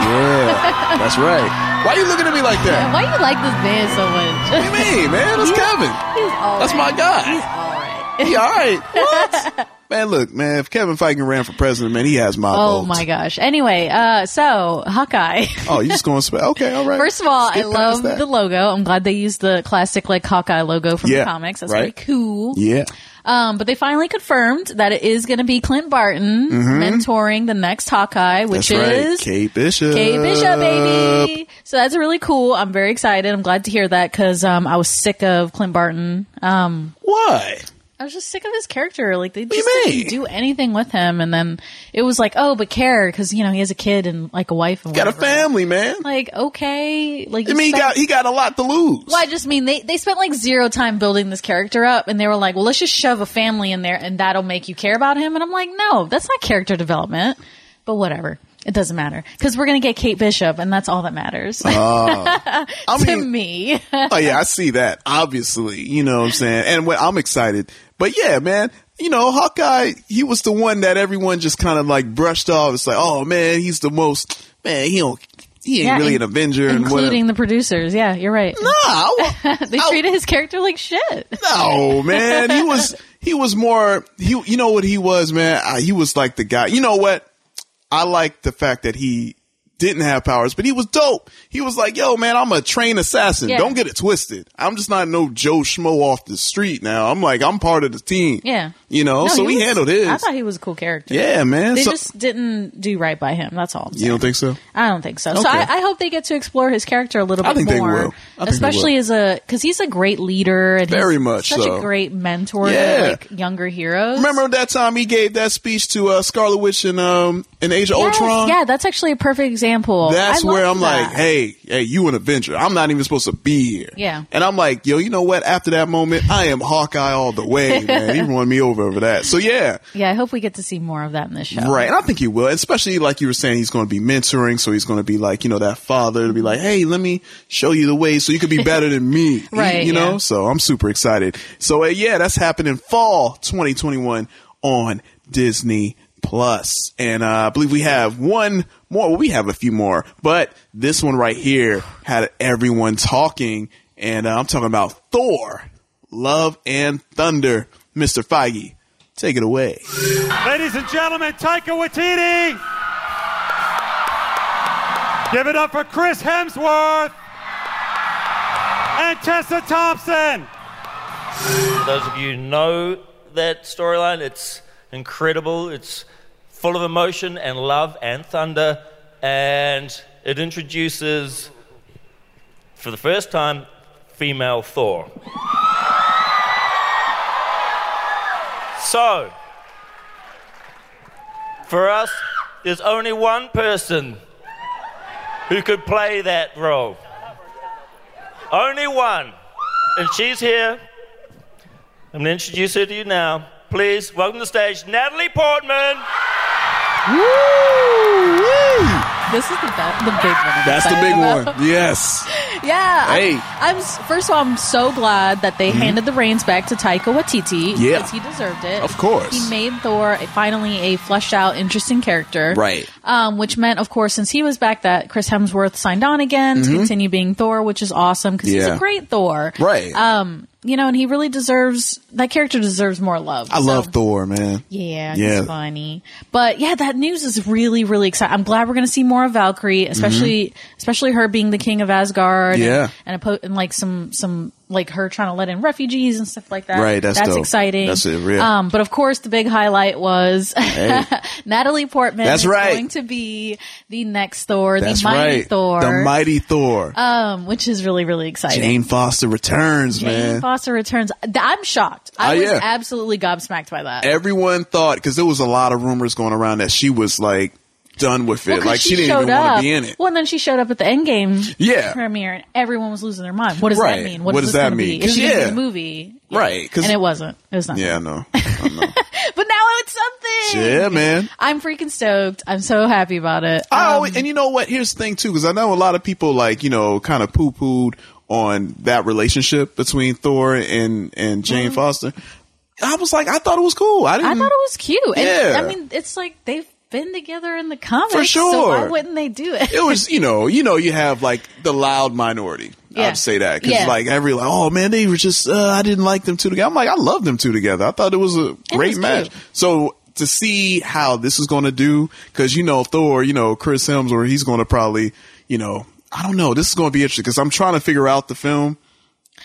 S4: Yeah, that's right. Why are you looking at me like that?
S5: Why do you like this band so much?
S4: What do you mean, man? That's Kevin.
S5: He's all
S4: That's my
S5: right.
S4: guy.
S5: He's all right.
S4: He all right. What? man, look, man, if Kevin Feige ran for president, man, he has my
S5: Oh
S4: vote.
S5: my gosh. Anyway, uh, so Hawkeye.
S4: Oh, you just going to sp- Okay, all right.
S5: First of all,
S4: Skip
S5: I
S4: past
S5: love
S4: that.
S5: the logo. I'm glad they used the classic like Hawkeye logo from
S4: Yeah,
S5: the comics. That's
S4: right.
S5: pretty cool.
S4: Yeah.
S5: Um, but they finally confirmed that it is going to be Clint Barton mentoring the next Hawkeye, which
S4: Mm-hmm. That's right.
S5: is
S4: Kate Bishop.
S5: K Bishop, baby. So that's really cool. I'm very excited. I'm glad to hear that because um, I was sick of Clint Barton. Um,
S4: What?
S5: I was just sick of his character. Like they
S4: do you
S5: just
S4: mean?
S5: didn't do anything with him, and then it was like, oh, but care because you know he has a kid and like a wife and
S4: Got a
S5: whatever.
S4: family, man.
S5: Like okay, like
S4: I
S5: you
S4: mean, he
S5: spent-
S4: got, he got a lot to lose.
S5: Well, I just mean they they spent like zero time building this character up, and they were like, well, let's just shove a family in there, and that'll make you care about him. And I'm like, no, that's not character development. But whatever, it doesn't matter because we're gonna get Kate Bishop, and that's all that matters
S4: I
S5: to
S4: mean,
S5: me.
S4: oh yeah, I see that. Obviously, you know what I'm saying? And when, I'm excited. But yeah, man, you know, Hawkeye, he was the one that everyone just kind of like brushed off. It's like, oh man, he's the most, man, he don't, he ain't
S5: Yeah,
S4: really
S5: in-
S4: an Avenger and whatever.
S5: including the producers. Yeah, you're right.
S4: Nah, I wa-
S5: They
S4: I-
S5: treated his character like shit.
S4: No, man. He was he was more he you know what he was, man. I, he was like the guy. You know what? I like the fact that he didn't have powers, but he was dope. He was like, "Yo, man, I'm a trained assassin.
S5: Yeah.
S4: Don't get it twisted. I'm just not no Joe Schmo off the street now. I'm like, I'm part of the team."
S5: Yeah.
S4: You
S5: No,
S4: know, Oh, so he,
S5: was-
S4: handled his.
S5: I thought he was a cool character.
S4: yeah, man.
S5: They
S4: So,
S5: just didn't do right by him. That's all. I'm
S4: you
S5: saying.
S4: don't think so?
S5: I don't think so. So
S4: Okay.
S5: I, I hope they get to explore his character a little bit
S4: I think they
S5: more,
S4: will. I think they
S5: especially
S4: will.
S5: as a because he's a great leader and
S4: Very
S5: he's
S4: much
S5: such
S4: so.
S5: a great mentor
S4: Yeah.
S5: to like younger heroes.
S4: Remember that time he gave that speech to uh, Scarlet Witch and um and Age of
S5: Yes,
S4: Ultron?
S5: yeah, that's actually a perfect example.
S4: That's
S5: I
S4: where
S5: love
S4: I'm
S5: that.
S4: like, hey, hey, you an Avenger. I'm not even supposed to be here.
S5: Yeah.
S4: And I'm like, yo, you know what? After that moment, I am Hawkeye all the way, man. He won me over over that. So yeah.
S5: yeah, I hope we get to see more of that in this show.
S4: Right. And I think he will, especially like you were saying, he's going to be mentoring. So he's going to be like, you know, that father to be like, Hey, let me show you the way so you could be better than me.
S5: Right,
S4: You know,
S5: yeah.
S4: so I'm super excited. So uh, yeah, that's happening fall 2021 on Disney Plus. And uh, I believe we have one more. Well, we have a few more, but this one right here had everyone talking. And uh, I'm talking about Thor, Love and Thunder. Mr. Feige, take it away.
S6: Ladies and gentlemen, Taika Waititi. Give it up for Chris Hemsworth and Tessa Thompson.
S7: those of you who know that storyline, it's incredible. It's full of emotion and love and thunder, and it introduces, for the first time, female Thor. So, for us, there's only one person who could play that role. Only one. And she's here. I'm going to introduce her to you now. Please welcome to the stage Natalie Portman.
S5: This is the, be- the big one. I'm
S4: That's the
S5: excited
S4: big
S5: about.
S4: one. Yes.
S5: Yeah.
S4: Hey. Mm-hmm.
S5: I'm, I'm s- first of all, I'm so glad that they handed the reins back to Taika Waititi.
S4: Yeah.
S5: because he deserved it.
S4: Of course.
S5: he made Thor a, finally a fleshed out, interesting character.
S4: Right.
S5: Um, which meant, of course, since he was back, that Chris Hemsworth signed on again to continue being Thor, which is awesome because he's
S4: Mm-hmm. Yeah.
S5: a great Thor.
S4: Right.
S5: Um, you know, and he really deserves that character deserves more love.
S4: I love Thor, man.
S5: Yeah,
S4: Yeah.
S5: he's funny. But yeah, that news is really, really exciting. I'm glad we're going to see more of Valkyrie, especially, especially her being the king of Asgard.
S4: Mm-hmm. Yeah.
S5: and, and, oppo- and like some, some like her trying to let in refugees and stuff like that.
S4: Right, that's
S5: that's
S4: dope.
S5: exciting.
S4: That's it, real.
S5: Um, but of course, the big highlight was Natalie Portman.
S4: That's
S5: is
S4: right.
S5: Going to be the next Thor,
S4: That's
S5: the mighty
S4: right.
S5: Thor,
S4: The mighty Thor.
S5: um, which is really, really exciting.
S4: Jane Foster returns,
S5: Jane
S4: man.
S5: Foster returns. Th- I'm shocked. I
S4: Oh,
S5: was
S4: yeah.
S5: absolutely gobsmacked by that.
S4: Everyone thought because there was a lot of rumors going around that she was like done with it,
S5: Well, 'cause
S4: like she, didn't
S5: showed
S4: even
S5: up.
S4: want to be in it.
S5: Well, and then she showed up at the Endgame
S4: Yeah.
S5: premiere, and everyone was losing their mind. What does
S4: Right.
S5: that mean? What,
S4: What
S5: is
S4: does
S5: this
S4: that
S5: gonna
S4: mean?
S5: Be? Is she
S4: 'Cause,
S5: gonna be
S4: yeah.
S5: in the movie?
S4: Right, 'cause-
S5: and it wasn't. It was not.
S4: yeah, I know. I know.
S5: But now it's something.
S4: yeah, man.
S5: I'm freaking stoked. I'm so happy about it.
S4: I
S5: Um,
S4: always, and you know what? Here's the thing too, because I know a lot of people like you know kind of poo pooed on that relationship between Thor and and Jane Foster. I was like, I thought it was cool. I didn't.
S5: Mm-hmm. I thought it was cute. And, I
S4: Yeah.
S5: mean, it's like they've been together in the comics.
S4: For
S5: So why
S4: sure.
S5: wouldn't they do
S4: it was you know you know you have like the loud minority.
S5: Yeah.
S4: I'd say that because
S5: Yeah.
S4: like every like oh man they were just uh, I didn't like them two together. I'm like I love them two together. I thought it was a great
S5: was
S4: match.
S5: cute.
S4: So to see how this is going to do because you know Thor you know Chris Hemsworth he's going to probably you know I don't know this is going to be interesting because I'm trying to figure out the film.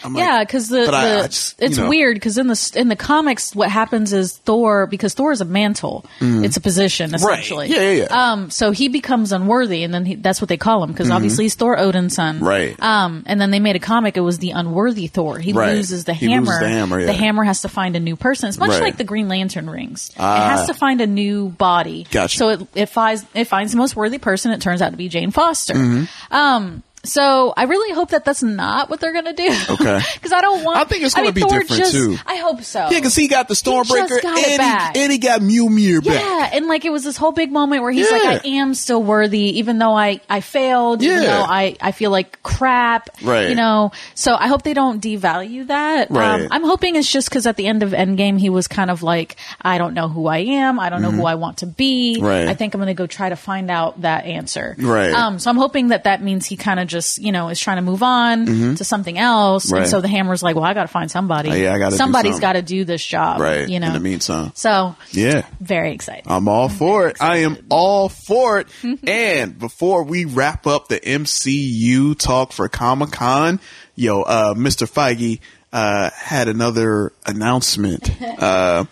S4: I'm like,
S5: yeah, because the,
S4: but
S5: the
S4: I- I just, you
S5: it's
S4: know.
S5: weird because in the s- in the comics, what happens is Thor because Thor is a mantle, it's a position essentially.
S4: Mm-hmm. Yeah, yeah, yeah. Mm-hmm.
S5: Um, so he becomes unworthy, and then he, that's what they call him because obviously he's Thor Odin's son,
S4: Right.
S5: Um, and then they made a comic; it was the unworthy Thor. He
S4: Right.
S5: loses the
S4: He
S5: hammer.
S4: loses the hammer, yeah.
S5: has to find a new person. It's much
S4: Right. Ah.
S5: like the Green Lantern rings; it has to find a new body.
S4: Gotcha.
S5: So it it finds it finds the most worthy person. It turns out to be Jane Foster.
S4: Mm-hmm.
S5: Um. So I really hope that that's not what they're gonna do.
S4: Okay.
S5: Because I don't want.
S4: I think it's gonna
S5: mean,
S4: be
S5: Thor
S4: different,
S5: just-
S4: too.
S5: I hope so.
S4: Yeah, because he got the Stormbreaker
S5: got it
S4: and
S5: back.
S4: he, and he got Mjolnir back.
S5: Yeah, and like it was this whole big moment where he's
S4: Yeah.
S5: like, "I am still worthy, even though I I failed. Even
S4: Yeah.
S5: though I I feel like crap.
S4: Right.
S5: You know. So I hope they don't devalue that. Um,
S4: Right.
S5: I'm hoping it's just because at the end of Endgame he was kind of like, I don't know who I am. I don't know who I want to be.
S4: Mm-hmm. Right.
S5: I think I'm going to go try to find out that answer.
S4: Right.
S5: Um. So I'm hoping that that means he kind of just you know is trying to move on to something else.
S4: Mm-hmm. Right.
S5: And so the hammer's like, well, I got to find somebody.
S4: Oh, yeah, I gotta do
S5: Somebody's
S4: something.
S5: got to do this job.
S4: Right.
S5: You know.
S4: In the meantime.
S5: So
S4: Yeah.
S5: very excited.
S4: I'm all for it. I am all for it. and before we wrap up the MCU talk for Comic Con, yo, uh, Mr. Feige uh, had another announcement. Uh,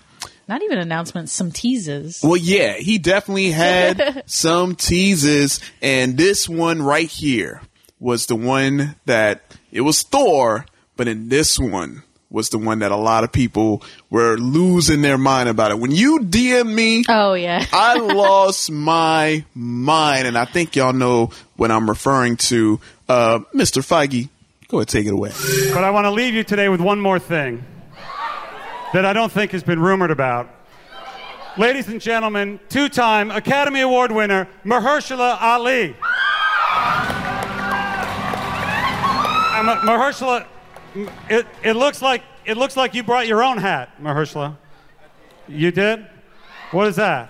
S5: Not even announcements, some teases.
S4: well, yeah, he definitely had some teases, and this one right here was the one that it was Thor, but in this one was the one that a lot of people were losing their mind about it. When you DM me,
S5: Oh yeah.
S4: I lost my mind, and I think y'all know what I'm referring to. Uh, Mr. Feige, go ahead, take it away.
S6: But I want to leave you today with one more thing that I don't think has been rumored about. Ladies and gentlemen, two time Academy Award winner Mahershala Ali. Uh, Ma- Mahershala, m- it, it, looks like, it looks like you brought your own hat, Mahershala. You did? What is that?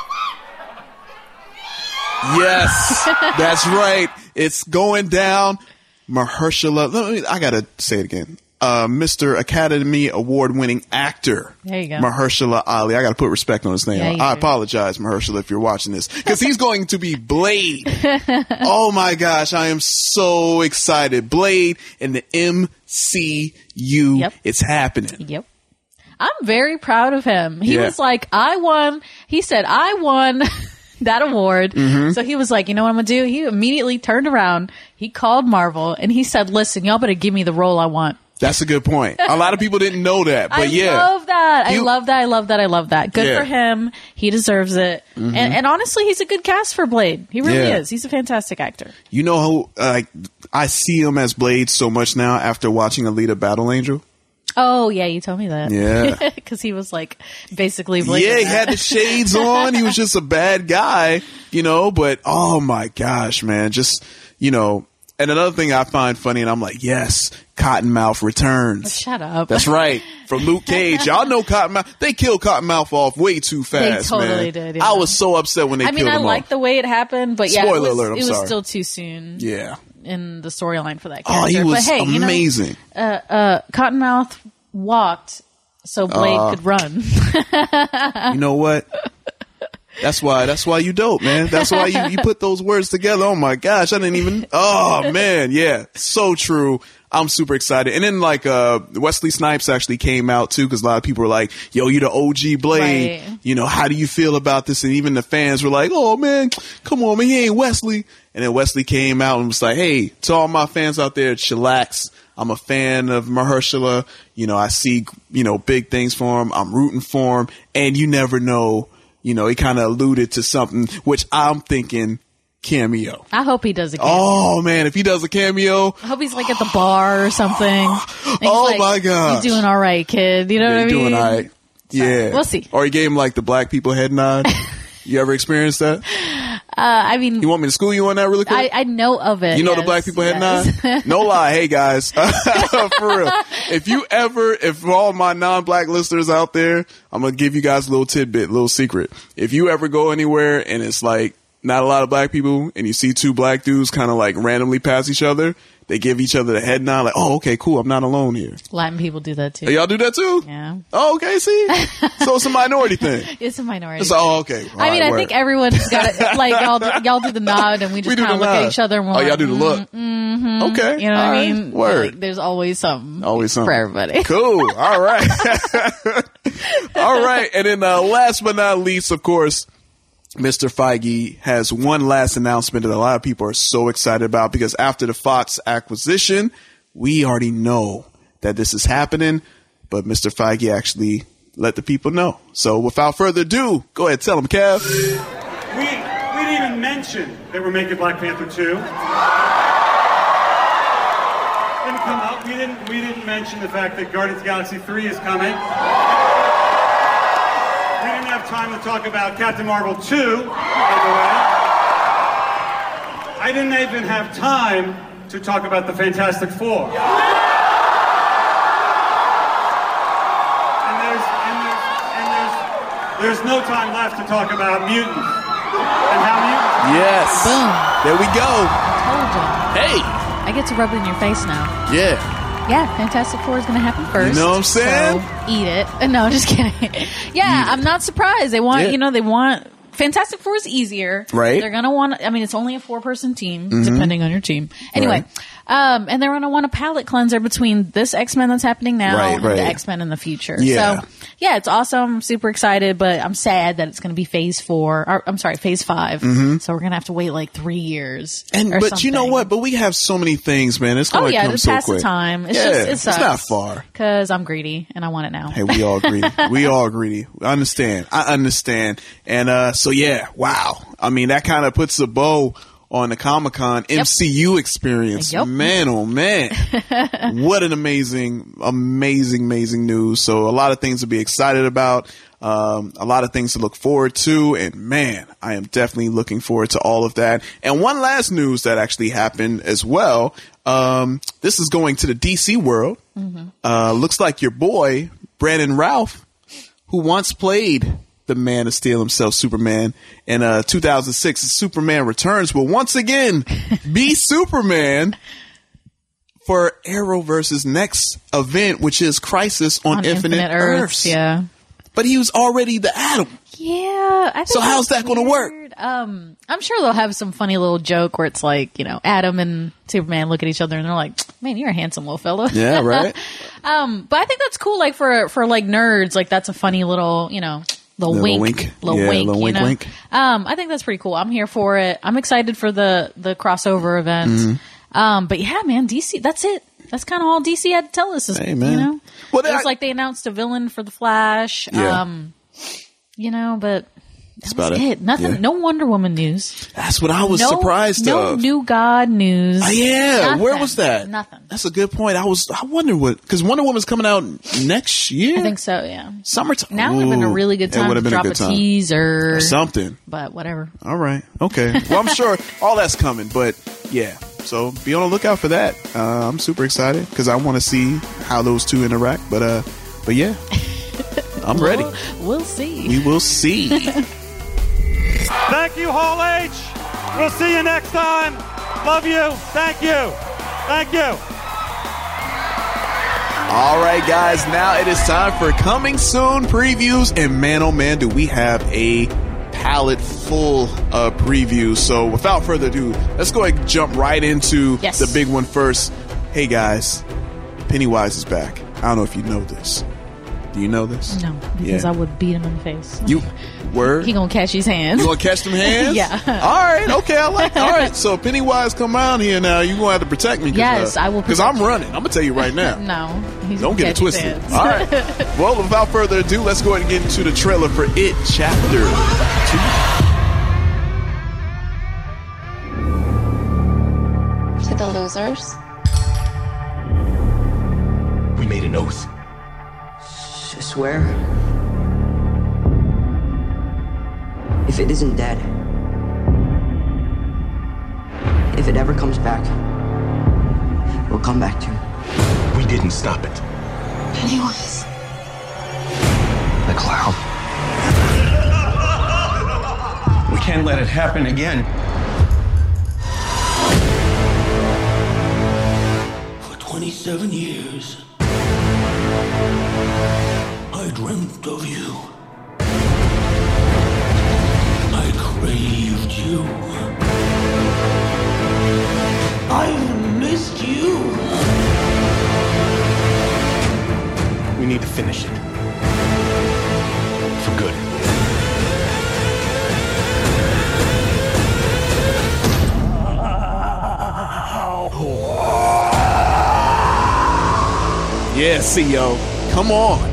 S4: Yes, that's right. It's going down. Mahershala, let me, I gotta say it again. Uh, Mr. Academy Award winning actor.
S5: There you go.
S4: Mahershala Ali. I gotta put respect on his name.
S5: Yeah, you
S4: I
S5: do.
S4: apologize, Mahershala, if you're watching this. Cause he's going to be Blade. oh my gosh, I am so excited. Blade and the MCU.
S5: Yep.
S4: It's happening.
S5: yep. I'm very proud of him. He
S4: Yeah.
S5: was like, I won. He said, I won that award.
S4: Mm-hmm.
S5: So he was like, you know what I'm going to do? He immediately turned around. He called Marvel and he said, listen, y'all better give me the role I want.
S4: That's a good point. A lot of people didn't know that, but
S5: I
S4: yeah,
S5: love that. I
S4: You-
S5: love that. I love that. I love that. Good
S4: Yeah. Mm-hmm.
S5: for him. He deserves it. And, and honestly, he's a good cast for Blade. He really
S4: Yeah.
S5: is. He's a fantastic actor.
S4: you know who? Like, I see him as Blade so much now after watching Alita: Battle Angel.
S5: Oh yeah, you told me that.
S4: Yeah.
S5: because he was like basically Blade.
S4: yeah, he had the shades on. He was just a bad guy, you know, but oh my gosh, man. Just, you know, and another thing I find funny, and I'm like, yes, Cottonmouth returns.
S5: Shut up.
S4: That's right. From Luke Cage. Y'all know Cottonmouth. They killed Cottonmouth off way too fast.
S5: totally
S4: man.
S5: did, yeah.
S4: I was so upset when they
S5: I mean,
S4: killed
S5: I
S4: him
S5: like
S4: off.
S5: the way it happened, but yeah,
S4: Spoiler
S5: it was,
S4: alert, I'm
S5: it was
S4: sorry.
S5: still too soon
S4: yeah.
S5: in the storyline for that
S4: Oh,
S5: character.
S4: he was
S5: but hey, you know,
S4: amazing.
S5: Cottonmouth walked so Blade
S4: Uh,
S5: could run.
S4: you know what? That's why. That's why you dope, man. That's why you, you put those words together. Oh my gosh, I didn't even. Oh man, yeah, so true. I'm super excited. And then like uh Wesley Snipes actually came out too because a lot of people were like, "Yo, you the OG Blade.
S5: Right.
S4: You know, how do you feel about this?" And even the fans were like, "Oh man, come on, man, he ain't Wesley." And then Wesley came out and was like, "Hey, to all my fans out there, chillax. I'm a fan of Mahershala. You know, I see you know big things for him. I'm rooting for him, and you never know." You know, he kind of alluded to something, which I'm thinking cameo.
S5: I hope he does again.
S4: Oh man, if he does a cameo,
S5: I hope he's like at the bar or something. And he's
S4: Oh,
S5: like,
S4: my gosh.
S5: You doing all right, kid? You know
S4: yeah,
S5: what I
S4: he
S5: mean?
S4: doing all right. Yeah,
S5: we'll see.
S4: Or he gave him like the black people head nod. you ever experienced that?
S5: Uh, I mean,
S4: You want me to school you on that really quick?
S5: I, I know of it.
S4: you know the
S5: yes,
S4: black people head
S5: yes.
S4: nod? No lie, hey guys. for real. If you ever, if for all my non-black listeners out there, I'm gonna give you guys a little tidbit, little secret. If you ever go anywhere and it's like not a lot of black people and you see two black dudes kind of like randomly pass each other, they give each other the head nod like, oh, okay, cool, I'm not alone here.
S5: Latin people do that too.
S4: Y'all do that too?
S5: Yeah.
S4: Oh, okay, see? so it's a minority thing.
S5: It's a minority.
S4: It's oh, okay.
S5: I mean,
S4: Alright,
S5: I
S4: word.
S5: think everyone's got it. Like y'all, do- y'all do the nod, and we
S4: we
S5: just
S4: do
S5: kind
S4: the
S5: of look at
S4: nod.
S5: each other. And we're
S4: oh,
S5: like,
S4: y'all do the look. Okay,
S5: You know what I
S4: alright,
S5: mean?
S4: Word.
S5: Like, there's always something.
S4: Always something.
S5: for everybody.
S4: Cool. All right. All right. And then uh, last but not least, of course, Mr. Feige has one last announcement that a lot of people are so excited about because after the Fox acquisition, we already know that this is happening, but Mr. Feige actually let the people know. So without further ado, go ahead, tell them, Kev.
S6: We, we didn't even mention that we're making Black Panther 2. Didn't come up. We didn't, we didn't mention the fact that Guardians of the Galaxy 3 is coming. We didn't have time to talk about Captain Marvel 2, by the way. I didn't even have time to talk about the Fantastic Four. And there's, and there's, and there's, there's no time left to talk about mutants and how mutants.
S4: Yes.
S5: Boom.
S4: There we go.
S5: Told ya.
S4: Hey.
S5: I get to rub it in your face now.
S4: Yeah.
S5: Yeah, Fantastic Four is going to happen first.
S4: know what I'm saying?
S5: So eat it. Uh, No, just kidding. yeah, I'm not surprised. They want,
S4: Yeah.
S5: you know, they want. Fantastic Four is easier.
S4: Right. Mm-hmm.
S5: They're going to want, I mean, it's only a four person team, depending on your team. Anyway, um, and they're going to want a palate cleanser between this X Men that's happening now
S4: Right,
S5: and
S4: right.
S5: the X Men in the future.
S4: Yeah.
S5: So, yeah, it's awesome. I'm super excited, but I'm sad that it's going to be phase four. Or, I'm sorry, phase 5 So we're going to have to wait like three years.
S4: Mm-hmm. And
S5: or
S4: but you know
S5: something.
S4: what? But we have so many things, man. It's
S5: Oh
S4: going to
S5: yeah,
S4: come
S5: just
S4: so
S5: pass
S4: quick.
S5: the time. It's
S4: yeah,
S5: just it sucks.
S4: it's not far.
S5: because I'm greedy and I want it now.
S4: Hey, we all greedy. we all greedy. I understand. I understand. And uh, so yeah, wow. I mean, that kind of puts a bow on the Comic Con MCU experience.
S5: Yep.
S4: Man, oh man, what an amazing, amazing, amazing news. So a lot of things to be excited about. Um, a lot of things to look forward to, and man, I am definitely looking forward to all of that. And one last news that actually happened as well. Um, this is going to the DC world. Uh, looks like your boy Brandon Ralph, who once played the Man of Steel himself, Superman, in uh, 2006, Superman Returns will once again be Superman for Arrowverse's next event, which is Crisis on,
S5: On
S4: Infinite, Earths.
S5: yeah,
S4: But he was already the Atom.
S5: yeah. I think
S4: So how's
S5: that's
S4: that gonna work?
S5: weird. Um, I'm sure they'll have some funny little joke where it's like, you know, Adam and Superman look at each other and they're like, man, you're a handsome little fella.
S4: Yeah, right.
S5: Um, but I think that's cool. Like for for like nerds, like that's a funny little you know little,
S4: Little
S5: wink,
S4: wink.
S5: little
S4: Yeah,
S5: wink,
S4: little
S5: you
S4: wink,
S5: know?
S4: wink.
S5: Um, I think that's pretty cool. I'm here for it. I'm excited for the the crossover event.
S4: Mm-hmm.
S5: Um, but yeah, man, DC. That's it. That's kind of all DC had to tell us. Is,
S4: Hey, man.
S5: You know,
S4: Well,
S5: it was
S4: I-
S5: like they announced a villain for the Flash.
S4: Yeah.
S5: Um, you know, but. That's
S4: about it.
S5: Nothing.
S4: Yeah.
S5: No Wonder Woman news.
S4: That's what I was
S5: no,
S4: surprised
S5: No
S4: of.
S5: new God news.
S4: Uh, yeah,
S5: Nothing.
S4: where was that?
S5: Nothing.
S4: That's a good point. I was I wonder what because Wonder Woman's coming out next year.
S5: I think so. Yeah.
S4: Summertime.
S5: Now would have been a really good
S4: Ooh, it
S5: time to
S4: would've been
S5: drop a,
S4: good time.
S5: teaser
S4: or something.
S5: But whatever.
S4: All right. Okay. Well, I'm sure all that's coming, but yeah. So be on the lookout for that. Uh, I'm super excited because I want to see how those two interact. But uh, but yeah, I'm ready.
S5: We'll, we'll see.
S4: We will see.
S6: Thank you, Hall H. We'll see you next time. Love you. Thank you. Thank you.
S4: All right, guys, now it is time for coming soon previews. And man, oh man, do we have a palette full of previews. So without further ado, let's go ahead and jump right into
S5: Yes.
S4: the big one first. Hey, guys, Pennywise is back. I don't know if you know this. Do you know this?
S5: No, because
S4: Yeah.
S5: I would beat him in the face.
S4: You were.
S5: He gonna catch his hands.
S4: You gonna catch them hands?
S5: Yeah.
S4: All right. Okay. I like. All right. So Pennywise, come out here now. You gonna have to protect me.
S5: Yes, I will
S4: Because
S5: protect
S4: I'm running. I'm gonna tell you right now.
S5: No, he's
S4: Don't
S5: gonna
S4: get it
S5: catch his
S4: twisted.
S5: hands.
S4: All right. Well, without further ado, let's go ahead and get into the trailer for It Chapter 2.
S8: To the losers.
S9: We made an oath.
S10: I swear. If it isn't dead, if it ever comes back, we'll come back to it.
S9: We didn't stop it.
S8: Pennywise.
S9: The cloud. We can't let it happen again.
S11: For 27 years, I dreamt of you. I craved you. I've missed you.
S9: We need to finish it. For good.
S4: Yeah, see, yo. Come on.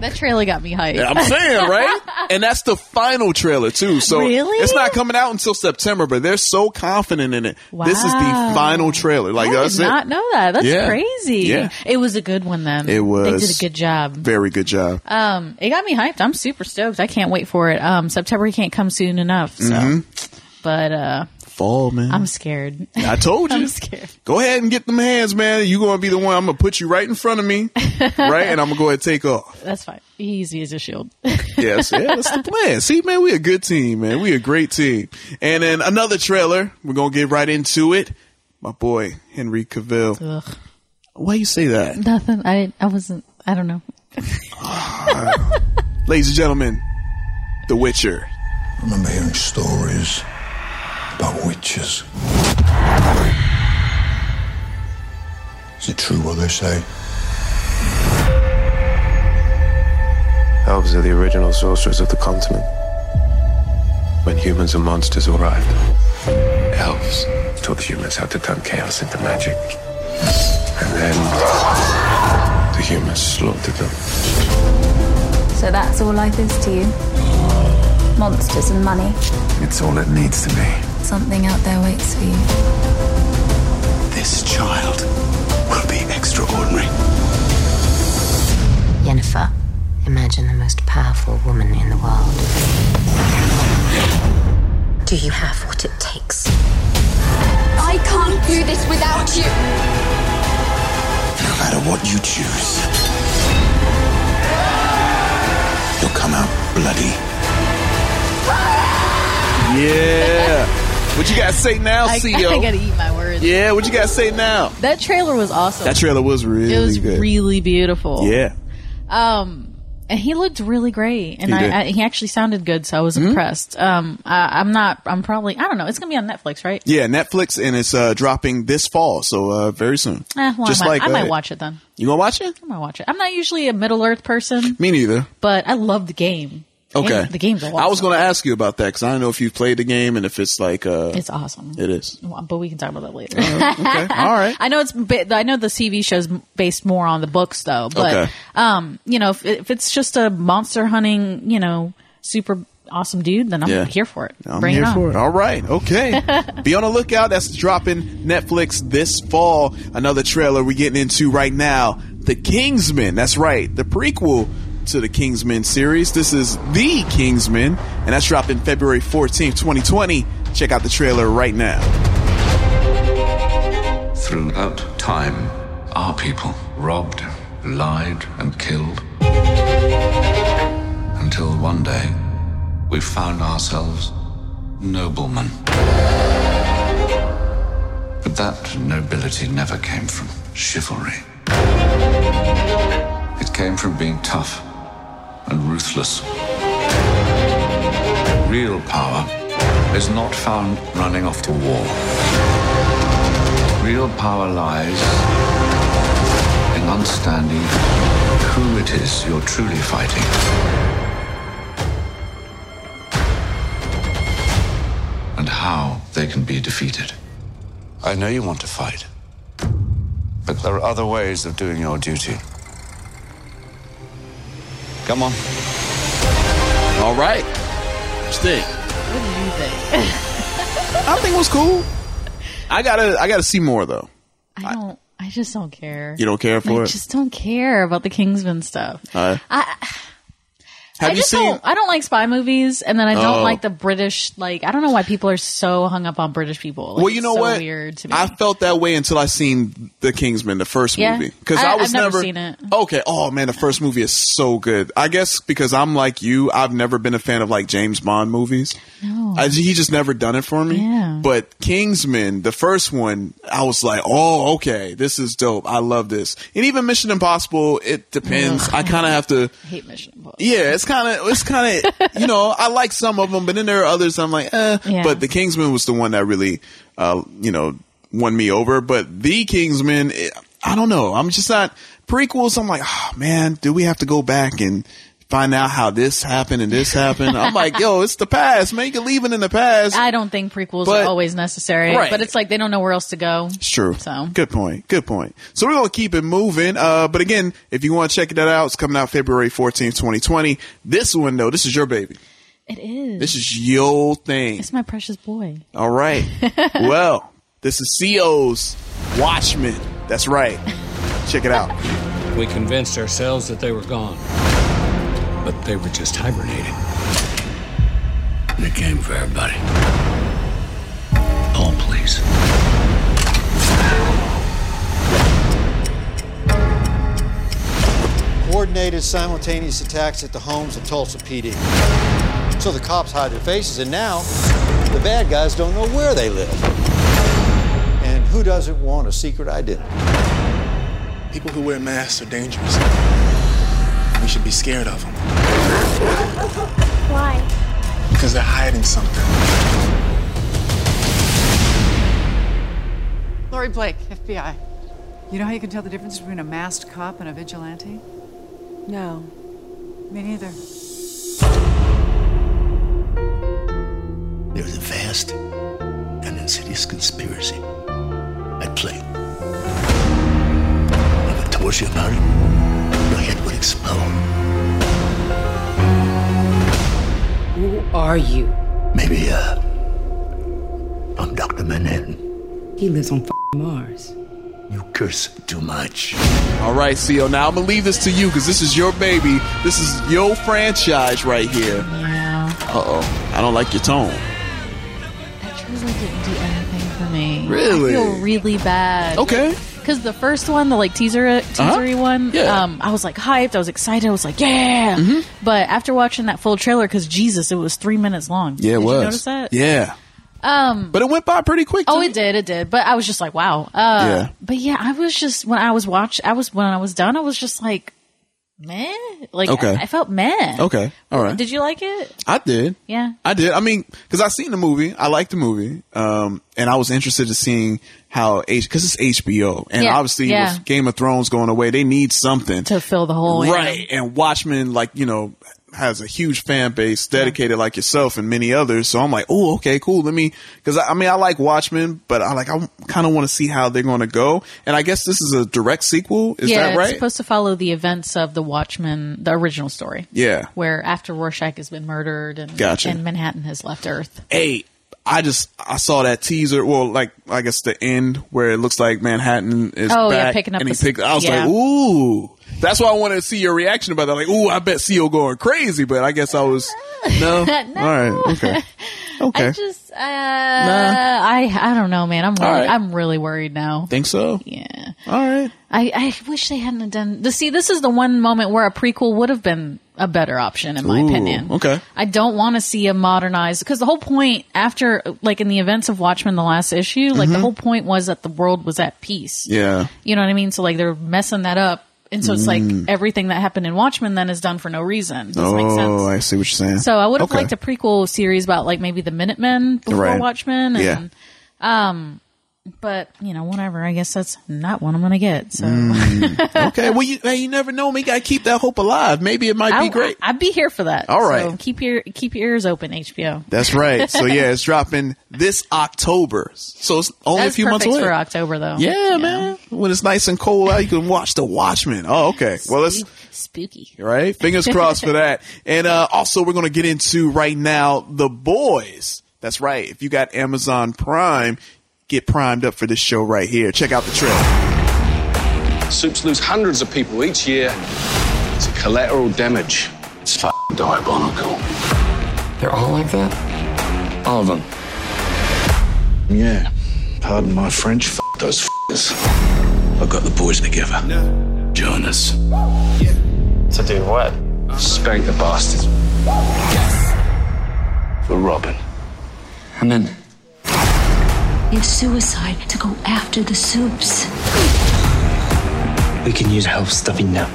S5: That trailer got me hyped.
S4: Yeah, I'm saying, right? And that's the final trailer, too. So
S5: Really?
S4: it's not coming out until September, but they're so confident in it. This is the
S5: Wow.
S4: final trailer. Like,
S5: I
S4: that's
S5: did not
S4: it.
S5: know that. That's
S4: Yeah.
S5: crazy.
S4: Yeah.
S5: It was a good one then.
S4: It
S5: They
S4: was.
S5: did a good job.
S4: Very good job.
S5: Um, it got me hyped. I'm super stoked. I can't wait for it. Um, September can't come soon enough. So,
S4: Mm-hmm.
S5: but uh,
S4: Fall, man.
S5: I'm scared.
S4: I told you.
S5: I'm scared.
S4: Go ahead and get them hands, man. You're going to be the one. I'm going to put you right in front of me, right? And I'm going to go ahead and take off.
S5: That's fine. Easy as a shield.
S4: yes, yeah, that's the plan. See, man, we a good team, man. We a great team. And then another trailer. We're gonna get right into it. My boy Henry Cavill.
S5: Ugh.
S4: Why you say that,
S5: Nothing. I I wasn't. I don't know.
S4: ladies and gentlemen? The Witcher.
S11: I remember hearing stories about witches. Is it true what they say?
S9: Elves are the original sorcerers of the continent. When humans and monsters arrived, elves taught humans how to turn chaos into magic. And then the humans slaughtered them.
S8: So that's all life is to you. Monsters and money.
S9: It's all it needs to be.
S8: Something out there waits for you.
S11: This child will be extraordinary.
S10: Jennifer, imagine the most powerful woman in the world. Do you have what it takes?
S8: I can't do this without you.
S11: No matter what you choose, you'll come out bloody.
S4: Yeah. what you gotta say now,
S5: I,
S4: CEO?
S5: I gotta eat my words.
S4: yeah. What you gotta say now?
S5: That trailer was awesome.
S4: That trailer was really
S5: it was
S4: good.
S5: really beautiful.
S4: yeah.
S5: Um, and he looked really great, and
S4: He did. Hmm?
S5: I, I, he actually sounded good, so I was impressed. Um, I, I'm not. I'm probably. I don't know. It's gonna be on Netflix, right?
S4: Yeah, Netflix, and it's uh, dropping this fall, so uh, very soon.
S5: Eh, well,
S4: Just
S5: I might,
S4: like
S5: I might
S4: uh,
S5: watch it then.
S4: You gonna watch it?
S5: I might watch it. I'm not usually a Middle Earth person,
S4: Me neither.
S5: but I love the game. The
S4: Okay.
S5: game- the game's awesome.
S4: I was gonna ask you about that because I don't know if you've played the game and if it's like uh,
S5: It's awesome.
S4: It Uh, is.
S5: Well, but we can talk about that later.
S4: Okay. All right.
S5: I know it's. ba- I know the TV show's m- based more on the books, though. But
S4: Okay.
S5: um, you know, if, if it's just a monster hunting, you know, super awesome dude, then I'm
S4: Yeah.
S5: here for it.
S4: I'm
S5: Bring
S4: here
S5: it on.
S4: for it. All right. Okay. Be on the lookout. That's dropping Netflix this fall. Another trailer we're getting into right now The Kingsman. That's right. The prequel to the Kingsman series. This is The Kingsman, and that's dropping February 14th, 2020. Check out the trailer right now.
S9: Throughout time, our people robbed, lied, and killed. Until one day, we found ourselves noblemen. But that nobility never came from chivalry. It came from being tough and ruthless. Real power is not found running off to war. Real power lies in understanding who it is you're truly fighting. And how they can be defeated. I know you want to fight, but there are other ways of doing your duty. Come on.
S4: All right. Stick.
S5: What do you think?
S4: I think it was cool. I gotta, I gotta see more though.
S5: I don't. I just don't care.
S4: You don't care for
S5: I
S4: it?
S5: just don't care about the Kingsman stuff.
S4: All right. Have
S5: I
S4: you
S5: just
S4: seen?
S5: don't. I don't like spy movies, and then I don't
S4: Oh.
S5: like the British. Like I don't know why people are so hung up on British people. Like,
S4: well, you know
S5: it's so
S4: what?
S5: Weird to me.
S4: I felt that way until I seen The Kingsman, the first
S5: Yeah.
S4: movie, because
S5: I-
S4: I, was
S5: I've never seen it.
S4: Okay. Oh man, the first movie is so good. I guess because I'm like you, I've never been a fan of like James Bond movies.
S5: No.
S4: I, he just never done it for me.
S5: Yeah.
S4: But Kingsman, the first one, I was like, oh, okay, this is dope. I love this. And even Mission Impossible, it depends. I kind of have to.
S5: hate Mission Impossible.
S4: Yeah, it's kind of it's kind of you know I like some of them, but then there are others I'm like, eh.
S5: Yeah.
S4: But the Kingsman was the one that really, uh, you know, won me over. But the Kingsman, it, I don't know. I'm just not prequels. I'm like, oh man, do we have to go back and find out how this happened and this happened? I'm like, yo, it's the past, man. You can leave it in the past.
S5: I don't think prequels
S4: But-
S5: are always necessary,
S4: Right.
S5: but it's like they don't know where else to go.
S4: It's true.
S5: So
S4: good point. Good point. So we're gonna keep it moving. Uh, but again, if you want to check that out, it's coming out February 14th, 2020. This one though, this is your baby.
S5: it is.
S4: This is your thing.
S5: it's my precious boy.
S4: All right. well, this is CO's Watchmen. That's right. Check it out.
S12: We convinced ourselves that they were gone, but they were just hibernating.
S9: They came for everybody. All please.
S13: coordinated simultaneous attacks at the homes of Tulsa PD. So the cops hide their faces, and now the bad guys don't know where they live. And who doesn't want a secret identity?
S11: People who wear masks are dangerous. We should be scared of them
S14: Why?
S11: because they're hiding something.
S15: Lori Blake, FBI. You know how you can tell the difference between a masked cop and a vigilante? No. Me neither.
S11: There's a vast and insidious conspiracy at play. If I told you about it, your head would explode.
S16: Who are you?
S11: Maybe, uh, I'm Dr. Manhattan.
S16: He lives on f***ing Mars.
S11: You curse too much.
S4: All right, CO. Now I'm gonna leave this to you because this is your baby. This is your franchise right here. Uh oh. I don't like your tone.
S5: It really didn't do anything for me. I
S4: Really?
S5: feel really bad.
S4: Okay.
S5: Because the first one, the like teaser uh, teasery one,
S4: Yeah.
S5: um, I was like hyped. I was excited. I was like, yeah. But after watching that full trailer, because Jesus, it was three minutes long.
S4: Yeah, it
S5: Did
S4: was.
S5: You notice that?
S4: Yeah.
S5: Um,
S4: but it went by pretty quick.
S5: Oh, it did. It did. But I was just like, wow. Uh,
S4: Yeah.
S5: But yeah, I was just when I was watch, I was when I was done, I was just like, meh. Like
S4: Okay.
S5: I, I felt meh.
S4: Okay, all right.
S5: Did you like it?
S4: I did.
S5: Yeah.
S4: I did. I mean, because I seen the movie, I liked the movie, um, and I was interested in seeing how H because it's HBO, and
S5: Yeah,
S4: obviously
S5: yeah.
S4: with Game of Thrones going away, they need something
S5: to fill the hole. yeah.
S4: right? And Watchmen, like you know, has a huge fan base dedicated, like yourself and many others. So I'm like, oh, okay, cool. Let me, because I, I mean, I like Watchmen, but I like I kind of want to see how they're going to go. And I guess this is a direct sequel. Is
S5: yeah,
S4: that right?
S5: It's supposed to follow the events of the Watchmen, the original story.
S4: yeah.
S5: Where after Rorschach has been murdered and
S4: Gotcha.
S5: and Manhattan has left Earth.
S4: Hey, I just I saw that teaser. Well, like I guess the end where it looks like Manhattan is
S5: Oh, yeah,
S4: back,
S5: picking up
S4: and he
S5: the-
S4: picked. I was
S5: yeah.
S4: like, ooh. That's why I wanted to see your reaction about that. Like, ooh, I bet CEO going crazy, but I guess I was no.
S5: No.
S4: All right, okay, okay.
S5: I just uh, I I don't know, man. I'm
S4: All
S5: worried.
S4: right.
S5: I'm really worried now.
S4: Think so?
S5: Yeah.
S4: All right.
S5: I, I wish they hadn't done. The, see, this is the one moment where a prequel would have been a better option, in my
S4: Ooh,
S5: opinion.
S4: Okay.
S5: I don't want to see a modernized because the whole point after, like in the events of Watchmen, the last issue, like the
S4: Mhm.
S5: whole point was that the world was at peace.
S4: Yeah.
S5: You know what I mean? So like they're messing that up, and so it's
S4: Mm.
S5: like everything that happened in Watchmen then is done for no reason. Does
S4: oh,
S5: it make sense?
S4: I see what you're saying.
S5: So I would have
S4: Okay.
S5: liked a prequel series about like maybe the Minutemen before
S4: Right.
S5: Watchmen, and
S4: Yeah.
S5: um, but you know whatever. I guess that's not what I'm gonna get. So.
S4: Mm. okay. Well, you hey, you never know. We got to keep that hope alive. Maybe it might
S5: I,
S4: be great.
S5: I, would be here for that.
S4: All right.
S5: So keep your keep your ears open, HBO.
S4: That's right. So yeah, it's dropping this October. So it's only
S5: That's
S4: a few months
S5: perfect
S4: away.
S5: for October though.
S4: yeah, man. When it's nice and cold out, you can watch The Watchmen. Oh, okay. Well, let's
S5: Spooky.
S4: right. Fingers crossed for that. And uh, also, we're going to get into right now the boys. That's right. If you got Amazon Prime, get primed up for this show right here. Check out the trailer.
S9: Soups lose hundreds of people each year. It's a collateral damage. It's f- diabolical. They're all like that? All of them.
S11: Yeah. Pardon my French. F- those f***ers. I got the boys together. Jonas.
S9: To do what? Spank the bastards. For robbing. And then
S14: It's suicide to go after the soups.
S9: We can use help stuffing now.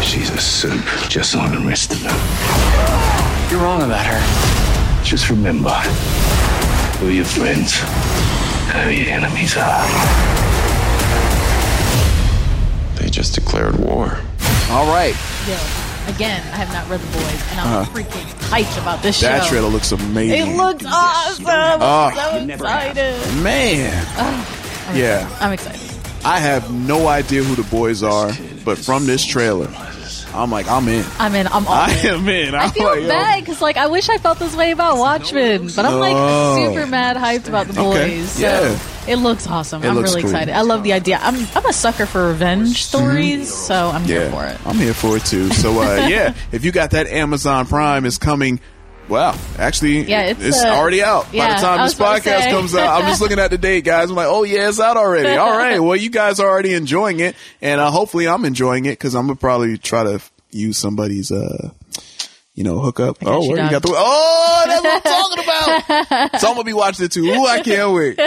S9: She's a simp, just like the rest of them. You're wrong about her. Just remember who your friends, who your enemies are.
S17: They just declared war.
S4: All right.
S5: Yo, again, I have not read the boys, and I'm
S4: Uh-huh.
S5: freaking hyped about this show.
S4: That trailer looks amazing.
S5: It looks awesome. I'm
S4: Oh, you
S5: so
S4: never
S5: excited.
S4: Man.
S5: Oh, I'm
S4: Yeah.
S5: excited. I'm excited.
S4: I have no idea who the boys are, but from this trailer, I'm like, I'm in.
S5: I'm in. I'm all.
S4: I
S5: in.
S4: am in.
S5: I
S4: I'm
S5: feel
S4: like, yo.
S5: bad because like I wish I felt this way about Watchmen, but I'm like
S4: No.
S5: super mad hyped about the boys.
S4: Okay.
S5: So
S4: Yeah.
S5: it looks awesome.
S4: It
S5: I'm
S4: looks Mm-hmm.
S5: really
S4: cool.
S5: excited. I love the idea. I'm I'm a sucker for revenge stories, so I'm here for it.
S4: I'm here for it too. So uh, yeah, if you got that Amazon Prime, it's coming. Wow, actually,
S5: Yeah, it's, uh,
S4: already out by
S5: yeah,
S4: the time
S5: I
S4: this
S5: was about to
S4: podcast
S5: say.
S4: comes out. I'm just looking at the date, guys. I'm like, oh yeah, it's out already. All right, well, you guys are already enjoying it, and uh, hopefully, I'm enjoying it because I'm gonna probably try to f- use somebody's, uh, you know, hookup. Oh,
S5: you,
S4: where you
S5: dog.
S4: got the? Oh, that's what I'm talking about. so I'm gonna be watching it too. Ooh, I can't wait.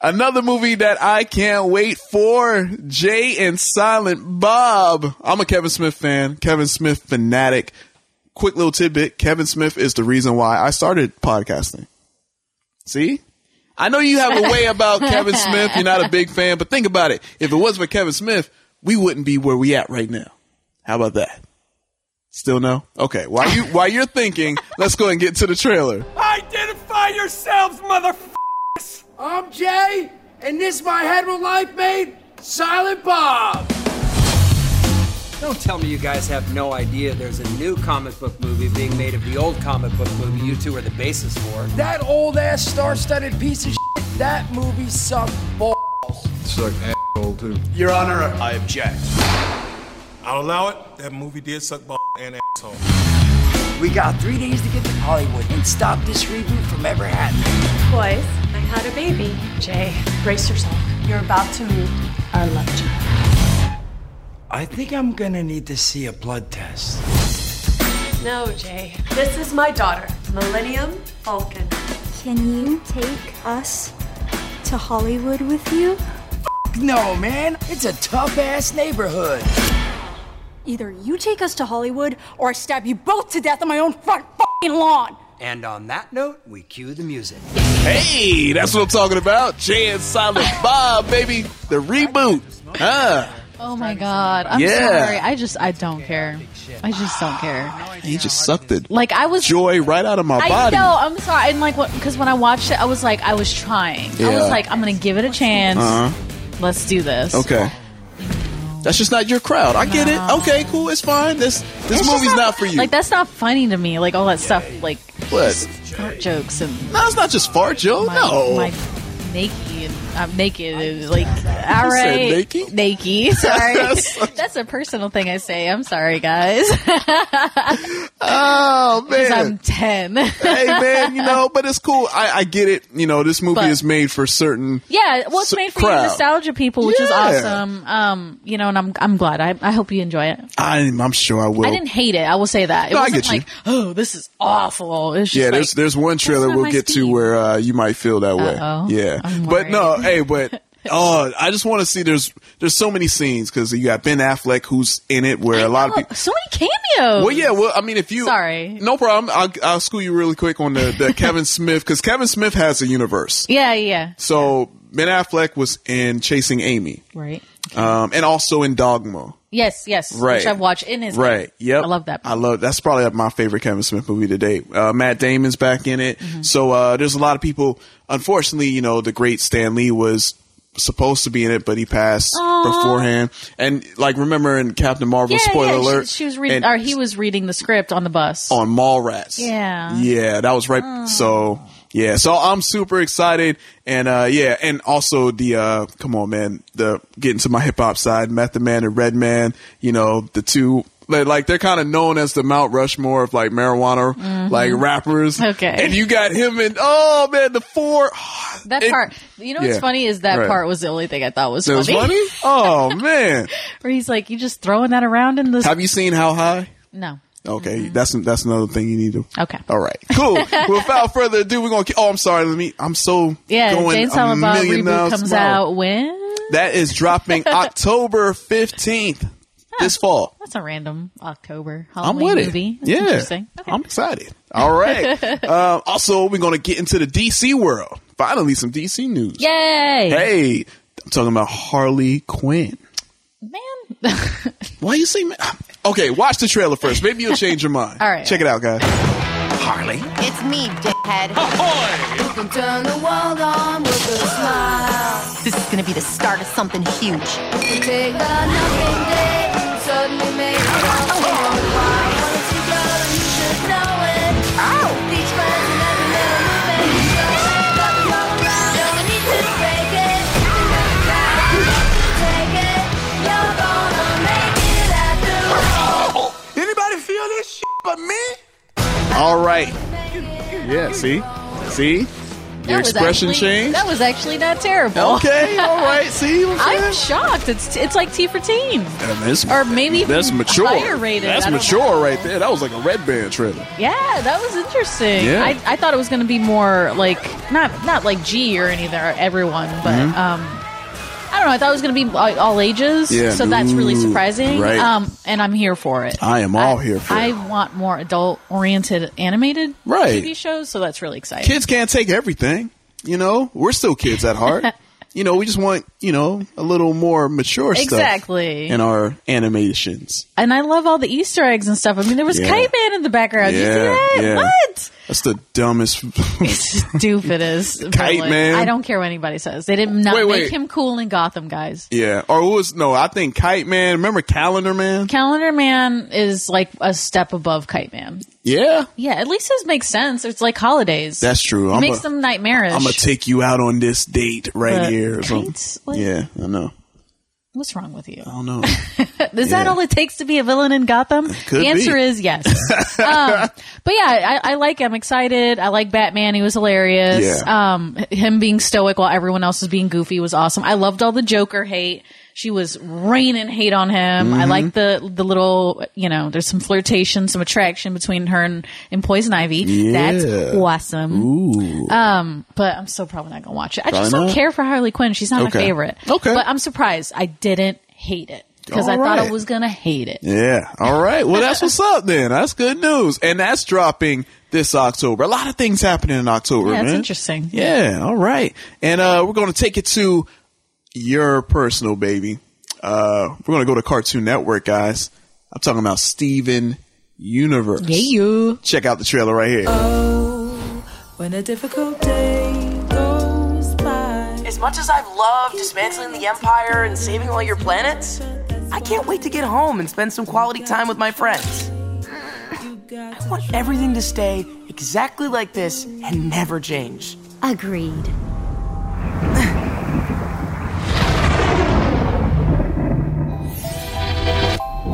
S4: Another movie that I can't wait for, Jay and Silent Bob. I'm a Kevin Smith fan, Kevin Smith fanatic. Quick little tidbit Kevin Smith is the reason why I started podcasting. See? I know you have a way about Kevin Smith. You're not a big fan, but think about it. If it wasn't for Kevin Smith, we wouldn't be where we at right now. How about that? Still no? Okay. While you while you're thinking, let's go and get to the trailer.
S18: Identify yourselves, motherfuckers! I'm Jay, and this my head with life mate, Silent Bob.
S19: Don't tell me you guys have no idea there's a new comic book movie being made of the old comic book movie you two are the basis for.
S18: That old ass star-studded piece of shit, that movie sucked balls.
S20: Suck asshole too.
S18: Your Honor,
S20: I object. I'll allow it. That movie did suck ball and asshole.
S18: we got three days to get to Hollywood and stop this reboot from ever happening.
S21: Boys, I had a baby. Jay, brace yourself. You're about to meet our love child.
S18: I think I'm gonna need to see a blood test.
S21: No, Jay. This is my daughter, Millennium Falcon.
S22: Can you take us to Hollywood with you?
S18: No, man, it's a tough ass neighborhood.
S22: Either you take us to Hollywood or I stab you both to death on my own front fucking lawn.
S19: And on that note, we cue the music.
S4: Hey, that's what I'm talking about. Jay and Silent Bob, baby. The reboot. Huh?
S5: Oh my god. I'm
S4: Yeah.
S5: sorry. I just I don't care. I just don't care.
S4: He just sucked the
S5: Like I was
S4: joy right out of my
S5: I
S4: body.
S5: know. I'm sorry. And like, because when I watched it, I was like, I was trying. I
S4: Yeah.
S5: was like, I'm gonna give it a chance.
S4: Uh-huh.
S5: Let's do this.
S4: Okay. That's just not your crowd. I get it. Okay, cool. It's fine. This
S5: It's
S4: this
S5: just
S4: movie's not, for you.
S5: Like that's not funny to me. Like all that stuff. Like
S4: what?
S5: fart jokes and
S4: No, it's not just fart, Joe.
S5: my,
S4: no.
S5: my naked. I'm naked. It was like all
S4: You said
S5: right,
S4: naked?
S5: naked. Sorry, that's a personal thing I say. I'm sorry, guys.
S4: oh man,
S5: I'm ten.
S4: hey man, you know, but it's cool. I, I get it. You know, this movie
S5: But-
S4: is made for certain.
S5: Yeah, well, it's
S4: s-
S5: made for
S4: crowd.
S5: you nostalgia people, which is
S4: Yeah.
S5: awesome. Um, you know, and I'm I'm glad. I, I hope you enjoy it.
S4: I, I'm sure I will.
S5: I didn't hate it. I will say that. It
S4: No, I
S5: wasn't
S4: get you.
S5: like, oh, this is awful. It's just
S4: yeah,
S5: like,
S4: there's there's one trailer
S5: not
S4: we'll
S5: my
S4: get to where uh, you might feel that
S5: Uh-oh.
S4: way. Yeah, but no, hey, but oh, I just want to see. There's there's so many scenes because you got Ben Affleck who's in it, where a lot of people.
S5: oh, so many cameos.
S4: Well, yeah. Well, I mean, if you
S5: Oh, Sorry.
S4: no problem. I'll, I'll school you really quick on the, the Kevin Smith because Kevin Smith has a universe.
S5: Yeah, yeah.
S4: So Ben Affleck was in Chasing Amy,
S5: Right.
S4: um, and also in Dogma.
S5: Yes, yes.
S4: Right.
S5: Which I've watched in his
S4: Right. Yep.
S5: I love that.
S4: I love that's probably my favorite Kevin Smith movie to date. Uh, Matt Damon's back in it.
S5: Mm-hmm.
S4: So uh, there's a lot of people. Unfortunately, you know, the great Stan Lee was supposed to be in it, but he passed
S5: Aw.
S4: beforehand. And like remember in Captain Marvel,
S5: Yeah,
S4: spoiler
S5: yeah, she-
S4: alert,
S5: She, was reading,
S4: and-
S5: or he was reading the script on the bus.
S4: on Mallrats.
S5: Yeah.
S4: Yeah, that was right. So yeah, so I'm super excited, and uh yeah, and also the uh come on man, the getting to my hip hop side, Method Man and Red Man, you know the two. Like, like they're kind of known as the Mount Rushmore of like marijuana,
S5: Mhm.
S4: like rappers.
S5: Okay.
S4: and you got him and oh man, the four.
S5: That
S4: It-
S5: part. You know what's
S4: yeah,
S5: funny is that
S4: right.
S5: part was the only thing I thought was
S4: That was funny. Oh man,
S5: Where he's like, you just throwing that around in this.
S4: have you seen How High?
S5: No.
S4: Okay,
S5: Mm-hmm.
S4: that's that's another thing you need to.
S5: Okay.
S4: All right, cool. Without further ado, we're gonna. Oh, I'm sorry. Let me. I'm so
S5: Yeah,
S4: Going
S5: Jane
S4: a
S5: Silent Bob
S4: million
S5: reboot
S4: miles
S5: comes
S4: an hour.
S5: out when?
S4: That is dropping October 15th this fall.
S5: That's a random October
S4: I'm
S5: Halloween
S4: with it.
S5: movie. That's
S4: yeah,
S5: interesting.
S4: I'm excited. All right. um, also, we're gonna get into the DC world. Finally, some DC news.
S5: Yay!
S4: Hey, I'm talking about Harley Quinn. Man, why you say? Man? Okay, watch the trailer first. Maybe you'll change your mind.
S2: All right.
S4: check it out, guys. Harley.
S2: It's me, dickhead. You can turn the world on with a smile. This is gonna be the start of something huge.
S22: You take a nothing day, suddenly make it all worthwhile. Once you go, you should know it.
S1: Oh.
S22: Beach friends and every little movement you show. Love is all around, don't need to break it. You never tried, you have to take it. You're gonna make it after all.
S4: Anybody feel this shit but me? All right. Yeah. See. See.
S5: That
S4: Your
S5: was
S4: expression
S5: actually-
S4: changed.
S5: That was actually not terrible.
S4: Okay, all right. See, what
S5: I'm shocked. It's it's like T for teen.
S4: And that's-
S5: Or maybe
S4: that's
S5: even
S4: mature.
S5: higher rated. I
S4: That's
S5: don't
S4: mature right there. That was like a red band trailer.
S5: Yeah, that was interesting.
S4: Yeah.
S5: I, I thought it was going to be more like not not like G or anything or everyone, but
S4: Mhm.
S5: um, I don't know. I thought it was going to be like, all ages.
S4: Yeah.
S5: So that's really
S4: Ooh,
S5: surprising.
S4: right.
S5: Um, and I'm here for it.
S4: I am all here for
S5: I
S4: it.
S5: want more adult oriented animated
S4: Right.
S5: TV shows, so that's really exciting.
S4: Kids can't take everything. You know, we're still kids at heart. you know, we just want you know a little more mature
S5: Exactly.
S4: stuff in our animations.
S5: and I love all the Easter eggs and stuff. I mean, there was
S4: Yeah.
S5: Caveman in the background. Did you see
S4: Yeah,
S5: that?
S4: yeah.
S5: What?
S4: That's the dumbest.
S5: Stupid is But,
S4: Kite
S5: like,
S4: Man.
S5: I don't care what anybody says. They did not
S4: Wait,
S5: make
S4: wait.
S5: him cool in Gotham, guys.
S4: yeah, or it was no? I think Kite Man. Remember Calendar Man?
S5: Calendar Man is like a step above Kite Man.
S4: Yeah,
S5: Yeah, at least his makes sense. It's like holidays.
S4: that's true.
S5: it
S4: I'm
S5: makes
S4: a-
S5: them nightmarish.
S4: I'm gonna take you out on this date right
S5: But
S4: here. or something.
S5: kites, like-
S4: yeah, Oh, I know.
S5: What's wrong with you? I
S4: don't know.
S5: is that
S4: Yeah.
S5: all it takes to be a villain in Gotham?
S4: could
S5: the answer
S4: be.
S5: is yes. um, but yeah, I, I like. I'm excited. I like Batman. He was hilarious. Um, h- him being stoic while everyone else is being goofy was awesome. I loved all the Joker hate. She was raining hate on him. I
S3: Mhm.
S5: like the the little you know. There's some flirtation, some attraction between her and, and Poison Ivy. That's
S3: Yeah.
S5: awesome.
S3: Ooh.
S5: Um, but I'm still probably not gonna watch it. I
S3: Probably
S5: just don't
S3: not?
S5: care for Harley Quinn. She's not
S3: Okay.
S5: my favorite. Okay, but I'm surprised. I didn't hate it. because I
S4: All
S5: thought I
S4: right.
S5: was gonna hate it.
S4: Yeah. All right. Well, that's what's up then. That's good news. And that's dropping this October. A lot of things happening in October,
S5: Yeah, it's
S4: man.
S5: interesting.
S4: Yeah. All right. And, uh, we're going to take it to your personal baby. Uh, we're going to go to Cartoon Network, guys. I'm talking about Steven Universe. Yeah,
S5: you.
S4: Check out the trailer right here.
S1: When a difficult day goes by.
S3: As much as I've loved dismantling the Empire and saving all your planets, I can't wait to get home and spend some quality time with my friends. I want everything to stay exactly like this and never change.
S23: Agreed.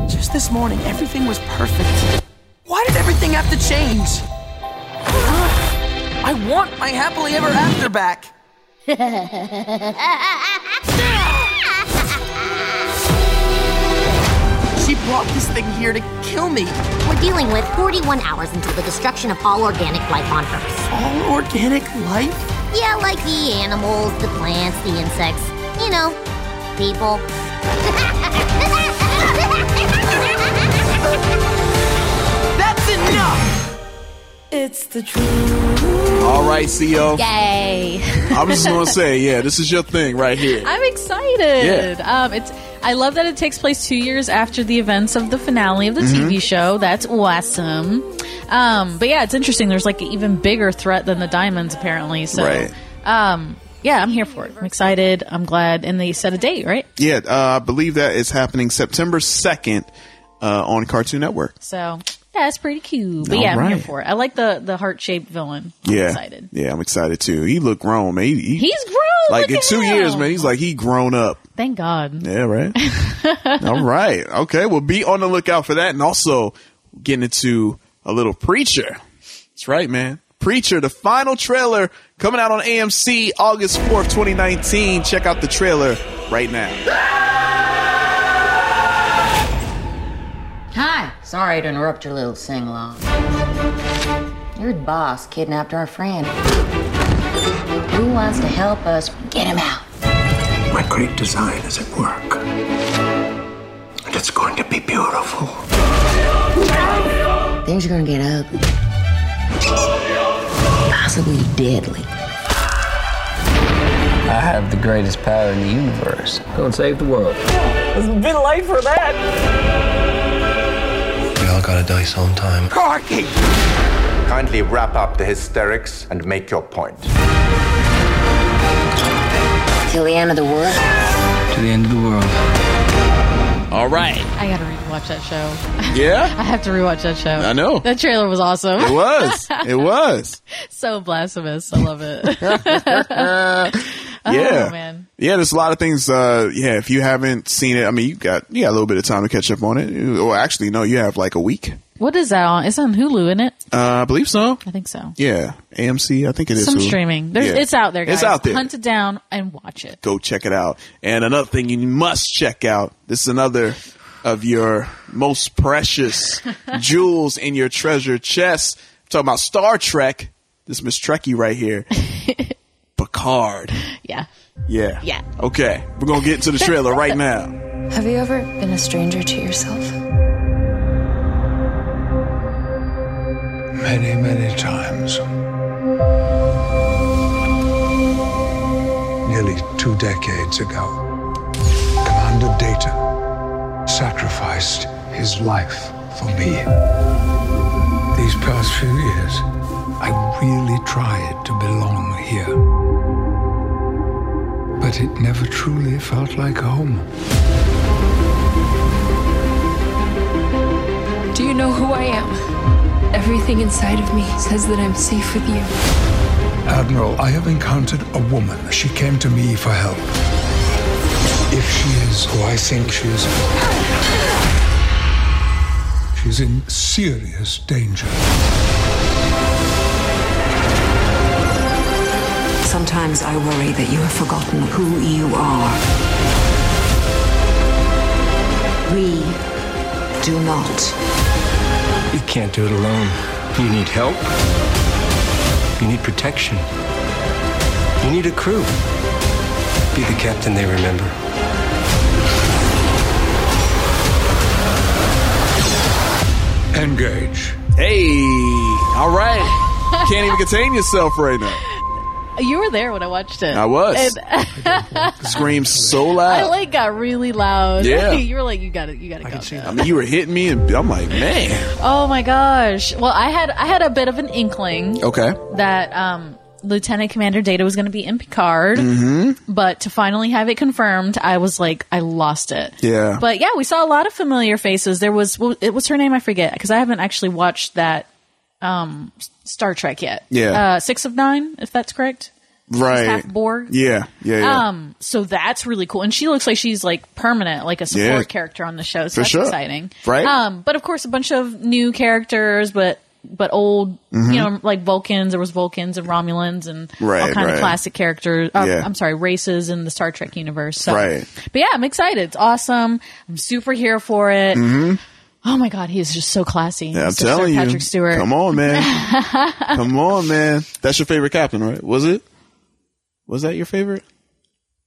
S3: Just this morning, everything was perfect. Why did everything have to change? I want my happily ever after back.
S23: She brought this thing here to kill me. We're dealing with 41 hours until the destruction of all organic life on Earth.
S3: All organic life?
S23: Yeah, like the animals, the plants, the insects. You know, people.
S3: That's enough!
S1: It's the truth.
S4: All right, CEO.
S5: Yay!
S4: I was just going to say, yeah, this is your thing right here.
S5: I'm excited. Um, it's I love that it takes place two years after the events of the finale of the
S4: Mhm.
S5: TV show. That's awesome. Um, but yeah, it's interesting. There's like an even bigger threat than the diamonds, apparently. So,
S4: Right.
S5: um, yeah, I'm here for it. I'm excited. I'm glad. And they set a date, right?
S4: Yeah. Uh, I believe that is happening September 2nd, uh, on Cartoon Network.
S5: So yeah, it's pretty cute. But yeah,
S4: All
S5: I'm here
S4: right.
S5: for it. I like the the heart shaped villain. I'm
S4: yeah.
S5: excited.
S4: Yeah. I'm excited too. He looked grown, man. He, he-
S5: He's grown.
S4: like
S5: Look
S4: in
S5: at
S4: two
S5: him.
S4: years, man. He's like he grown up.
S5: Thank God.
S4: Yeah, right. All right. Okay. Well, be on the lookout for that, and also getting into a little preacher. That's right, man. Preacher, the final trailer coming out on AMC August fourth, 2019. Check out the trailer right now.
S24: Hi. Sorry to interrupt your little sing along. Your boss kidnapped our friend. Who wants to help us get him out?
S11: My great design is at work. And it's going to be beautiful.
S24: Things are gonna get ugly. Possibly deadly.
S25: I have the greatest power in the universe. Go and save the world.
S3: It's been late for that.
S11: We all gotta die sometime.
S3: Corky!
S26: Kindly wrap up the hysterics and make your point.
S24: Till the end of the world?
S25: To the end of the world.
S4: All right.
S5: I gotta rewatch that show.
S4: Yeah.
S5: I have to rewatch that show.
S4: I know.
S5: That trailer was awesome.
S4: It was. It was.
S5: so blasphemous. I love it. Oh,
S4: Yeah.
S5: man.
S4: Yeah, there's a lot of things. Uh, yeah, if you haven't seen it, I mean, you got you got a little bit of time to catch up on it. Or actually, no, you have like a week.
S5: What is that on? It's on Hulu, isn't it?
S4: Uh, I believe so.
S5: I think so.
S4: Yeah, AMC. I think it is
S5: Some
S4: Hulu.
S5: streaming. There's,
S4: Yeah.
S5: It's out there, guys.
S4: It's out there.
S5: Hunt it down and watch it.
S4: Go check it out. And another thing you must check out. This is another of your most precious jewels in your treasure chest. I'm talking about Star Trek. This Miss Trekkie right here. Picard.
S5: Yeah.
S4: Yeah.
S5: Yeah.
S4: Okay. We're gonna get into the trailer right now.
S8: Have you ever been a stranger to yourself?
S9: Many, many times. Nearly two decades ago, Commander Data sacrificed his life for me. These past few years, I really tried to belong here. But it never truly felt like home.
S1: Do you know who I am? Everything inside of me says that I'm safe with you.
S9: Admiral, I have encountered a woman. She came to me for help. If she is who I think she is, she's in serious danger.
S27: Sometimes I worry that you have forgotten who you are. We do not.
S11: You can't do it alone. You need help. You need protection. You need a crew. Be the captain they remember.
S4: Engage. Hey, all right. Can't even contain yourself right now.
S5: You were there when I watched it.
S4: I was.
S5: And-
S4: Screams so
S5: I
S4: loud.
S5: like got really loud.
S4: Yeah.
S5: you were like, you got to, you got to go.
S4: I mean, you were hitting me, and I'm like, man.
S5: Oh my gosh. Well, I had, I had a bit of an inkling
S4: Okay.
S5: that um, Lieutenant Commander Data was going to be in Picard,
S4: Mm-hmm.
S5: but to finally have it confirmed, I was like, I lost it.
S4: Yeah.
S5: But yeah, we saw a lot of familiar faces. There was well, it was her name I forget because I haven't actually watched that um S- Star Trek yet.
S4: Yeah.
S5: uh, six of nine, if that's correct.
S4: right.
S5: half Borg.
S4: Yeah. Yeah. yeah.
S5: Um, so that's really cool, and she looks like she's like permanent, like a support
S4: Yeah.
S5: character on the show. So
S4: For
S5: that's
S4: sure.
S5: exciting,
S4: Right.
S5: Um, but of course, a bunch of new characters, but but old,
S4: Mhm.
S5: you know, like Vulcans. There was Vulcans and Romulans and all
S4: Right,
S5: kind of
S4: right.
S5: classic characters. Uh,
S4: Yeah.
S5: I'm sorry, races in the Star Trek universe. So.
S4: Right.
S5: But yeah, I'm excited. It's awesome. I'm super here for it.
S4: hmm
S5: Oh my god, he is just so classy.
S4: Yeah, I'm
S5: Sir
S4: telling you.
S5: Patrick Stewart.
S4: Come on, man. Come on, man. That's your favorite captain, right? Was it? Was that your favorite?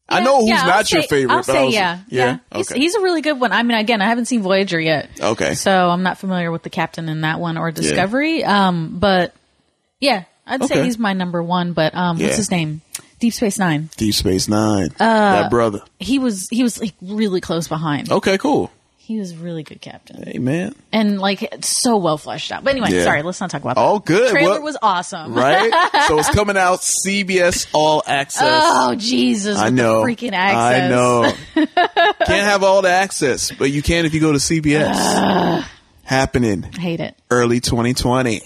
S4: I know who's
S5: Yeah, I'll
S4: not your
S5: say-
S4: favorite.
S5: I'll
S4: but
S5: say
S4: I was-
S5: yeah, yeah.
S4: Yeah.
S5: He's,
S4: okay.
S5: he's a really good one. I mean, again, I haven't seen Voyager yet,
S4: okay.
S5: so I'm not familiar with the captain in that one or Discovery. Um, but yeah, I'd say
S4: Okay.
S5: he's my number one. But um,
S4: Yeah.
S5: what's his name? Deep Space Nine.
S4: Deep Space Nine.
S5: Uh,
S4: that brother.
S5: He was he was like really close behind.
S4: Okay, cool.
S5: He was a really good captain
S4: Hey, man.
S5: and like it's so well fleshed out. But anyway,
S4: Yeah.
S5: sorry, let's not talk about that.
S4: All good.
S5: Trailer
S4: Well-
S5: was awesome,
S4: Right? so it's coming out CBS All Access.
S5: Oh Jesus!
S4: I
S5: with the
S4: know.
S5: freaking access.
S4: I know. Can't have all the access, but you can if you go to CBS. Happening
S5: I hate it.
S4: early 2020.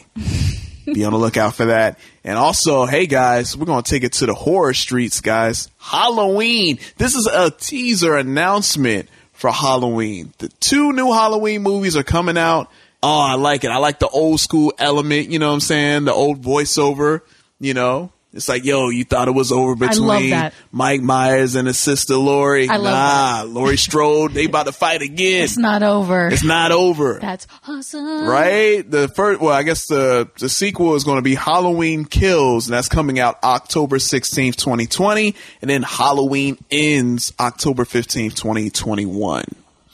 S4: Be on the lookout for that. And also, hey guys, we're going to take it to the horror streets, guys. Halloween. This is a teaser announcement for Halloween. The two new Halloween movies are coming out. Oh, I like it. I like the old school element. You know what I'm saying? The old voiceover, you know? It's like, yo, you thought it was over
S5: I love
S4: between
S5: that.
S4: Mike Myers and his sister Lori.
S5: I love
S4: nah, Lori Strode, they about to fight again.
S5: It's not over.
S4: It's not over
S5: That's awesome.
S4: right? The first, well, I guess the the sequel is going to be Halloween Kills, and that's coming out October sixteenth, twenty twenty, and then Halloween Ends October fifteenth, twenty twenty one.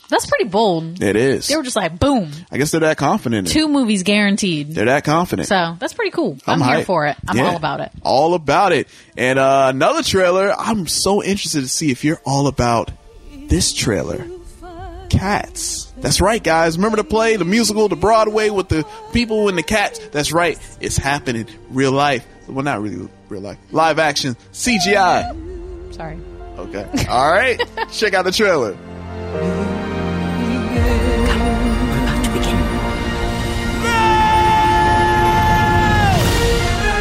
S5: That's pretty bold.
S4: It is.
S5: They were just like, boom,
S4: I guess they're that confident. in it.
S5: two movies guaranteed.
S4: They're that confident.
S5: So that's pretty cool. I'm,
S4: I'm
S5: here
S4: hype.
S5: for it. I'm
S4: Yeah.
S5: all about it.
S4: all about it. And uh, another trailer. I'm so interested to see if you're all about this trailer. Cats. That's right, guys. Remember the play, the musical, the Broadway with the people and the cats. That's right. It's happening. Real life. Well, not really real life. Live action. CGI.
S5: Sorry.
S4: Okay. All right. Check out the trailer.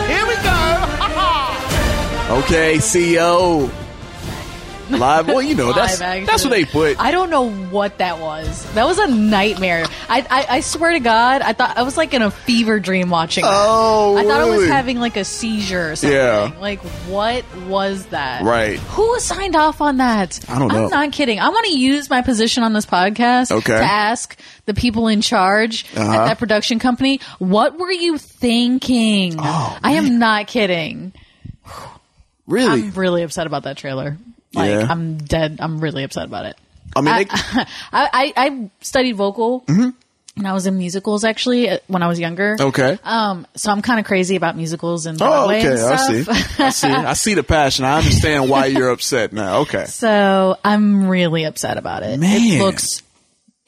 S22: Here we go!
S4: Okay, CEO. Live. Well, you know, that's
S5: Live action.
S4: that's what they put.
S5: I don't know what that was. That was a nightmare. I, I, I swear to God, I thought I was like in a fever dream watching. That.
S4: Oh,
S5: I thought I was
S4: really?
S5: having like a seizure or something.
S4: Yeah.
S5: Like, what was that?
S4: Right.
S5: Who signed off on that?
S4: I don't know.
S5: I'm not kidding. I want to use my position on this podcast
S4: Okay.
S5: to ask the people in charge at
S4: Uh-huh.
S5: that production company, what were you thinking?
S4: Oh,
S5: I am not kidding.
S4: Really?
S5: I'm really upset about that trailer. Like,
S4: Yeah.
S5: I'm dead. I'm really upset about it.
S4: I mean, they-
S5: I, I, I studied vocal and I was in musicals actually uh, when I was younger.
S4: Mm-hmm. Okay.
S5: Um, so I'm kind of crazy about musicals and
S4: Oh,
S5: Broadway
S4: okay.
S5: and
S4: I
S5: stuff.
S4: see. I see. I see the passion. I understand why you're upset now. Okay.
S5: So I'm really upset about it.
S4: Man.
S5: It looks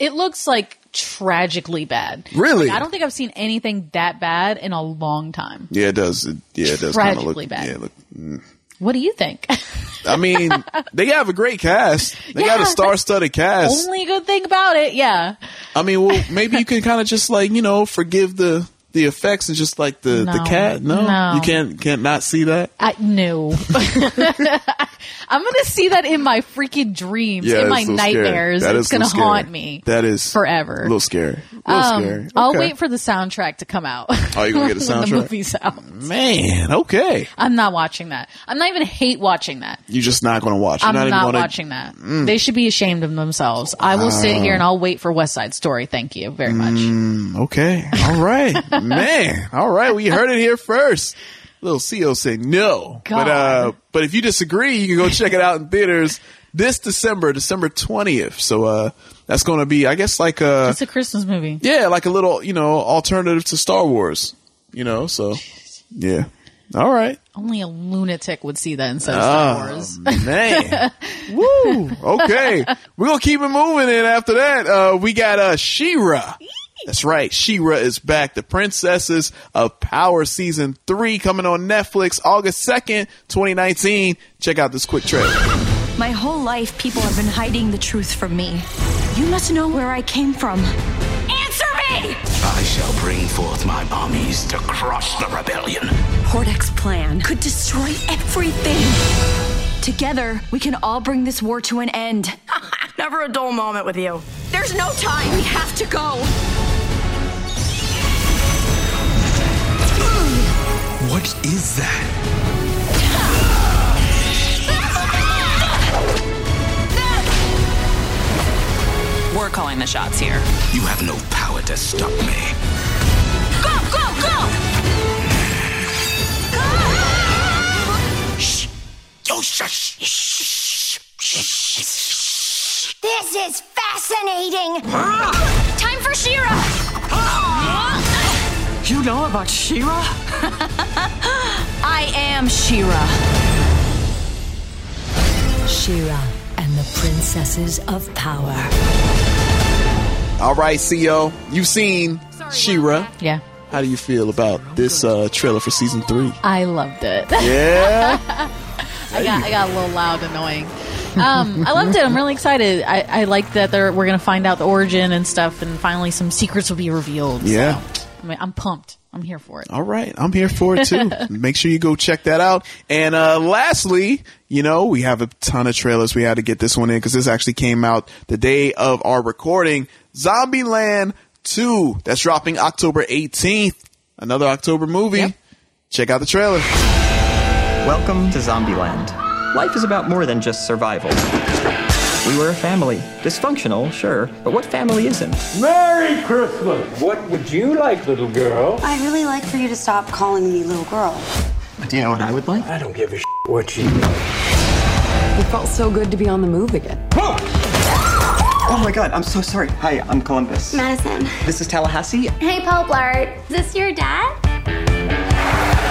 S5: it looks like tragically bad.
S4: Really?
S5: Like, I don't think I've seen anything that bad in a long time.
S4: Yeah, it does. It, yeah, it does. kinda
S5: Tragically
S4: look,
S5: bad.
S4: Yeah, look. mm.
S5: What do you think?
S4: I mean, they have a great cast. They got
S5: Yeah, Oh.
S4: a star-studded cast.
S5: Only good thing about it, yeah.
S4: I mean, well, maybe you can kind of just like you know forgive the the effects and just like the
S5: No.
S4: the cat. No,
S5: No.
S4: you can't can't not see that.
S5: I no. I'm gonna see that in my freaking dreams, in
S4: that's
S5: my
S4: a little scary.
S5: nightmares.
S4: That
S5: It's
S4: is a
S5: gonna
S4: little scary.
S5: haunt me.
S4: That is
S5: forever.
S4: a little scary. A little
S5: Um,
S4: scary.
S5: I'll
S4: Okay.
S5: wait for the soundtrack to come out.
S4: Oh, you gonna get
S5: when
S4: a
S5: the
S4: soundtrack?
S5: movie's out.
S4: Man, okay.
S5: I'm not watching that. I'm not even hate watching that.
S4: You're just not going to watch. You're
S5: I'm not,
S4: even gonna-
S5: watching that.
S4: Mm.
S5: They should be ashamed of themselves. I will sit
S4: Wow.
S5: here and I'll wait for West Side Story. Thank you very much.
S4: Mm, okay. All right. Man. All right. We heard it here first. Little CO said no. But uh but if you disagree, you can go check it out in theaters this December, December 20th. So uh that's going to be I guess like uh
S5: It's a Christmas movie.
S4: yeah, like a little, you know, alternative to Star Wars, you know, so yeah. All right.
S5: Only a lunatic would see that instead of Star
S4: Oh,
S5: Wars.
S4: man. Woo. Okay. We're going to keep it moving. And after that, uh, we got, uh, She-Ra. That's right. She-Ra is back. The Princesses of Power season three coming on Netflix August 2nd, 2019. Check out this quick trailer.
S22: My whole life, people have been hiding the truth from me. You must know where I came from. Answer me!
S9: I shall bring forth my armies to crush the rebellion.
S22: Hordek's plan could destroy everything. Together, we can all bring this war to an end. Never a dull moment with you. There's no time. We have to go.
S9: What is that?
S28: We're calling the shots here.
S9: You have no power to stop me.
S28: Go, go, go!
S9: Oh, shush!
S29: This is fascinating! Time for Shira!
S22: You know about Shira? I am Shira.
S21: Shira and the Princesses of Power.
S4: All right, CO, you've seen She-Ra.
S5: Yeah.
S4: How do you feel about this, uh, trailer for season three?
S5: I loved it.
S4: Yeah.
S5: I got I got a little loud, annoying. Um, I loved it. I'm really excited. I, I like that they're, we're going to find out the origin and stuff, and finally some secrets will be revealed. So,
S4: Yeah.
S5: I mean, I'm pumped. I'm here for it.
S4: All right, I'm here for it too. Make sure you go check that out. And uh, lastly, you know, we have a ton of trailers. We had to get this one in because this actually came out the day of our recording. Zombieland 2, that's dropping October 18th. Another October movie. Check out the trailer.
S6: Welcome to Zombieland. Life is about more than just survival. We were a family. Dysfunctional, sure, but what family isn't?
S7: Merry Christmas! What would you like, little girl?
S11: I really like for you to stop calling me little girl.
S6: Do you know what I would like?
S7: I don't give a sh- what you know.
S21: It felt so good to be on the move again.
S6: Oh my god, I'm so sorry. Hi, I'm Columbus.
S11: Madison.
S6: This is Tallahassee.
S11: Hey, Paul Blart. Is this your dad?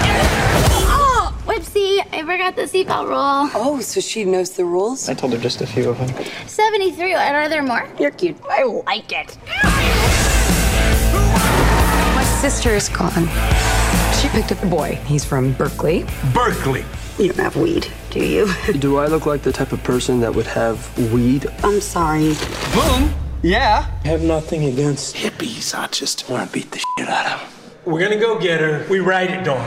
S11: Oh, whoopsie. I forgot the seatbelt rule.
S21: Oh, so she knows the rules?
S6: I told her just a few of them.
S11: 73. And are there more? You're cute. I like it.
S21: My sister is gone. She picked up a boy. He's from Berkeley.
S6: Berkeley!
S11: You don't have weed, do you?
S6: Do I look like the type of person that would have weed?
S11: I'm sorry.
S6: Boom! Yeah.
S7: I have nothing against hippies. I just want to beat the shit out of them. We're gonna go get her. We ride it, Dawn.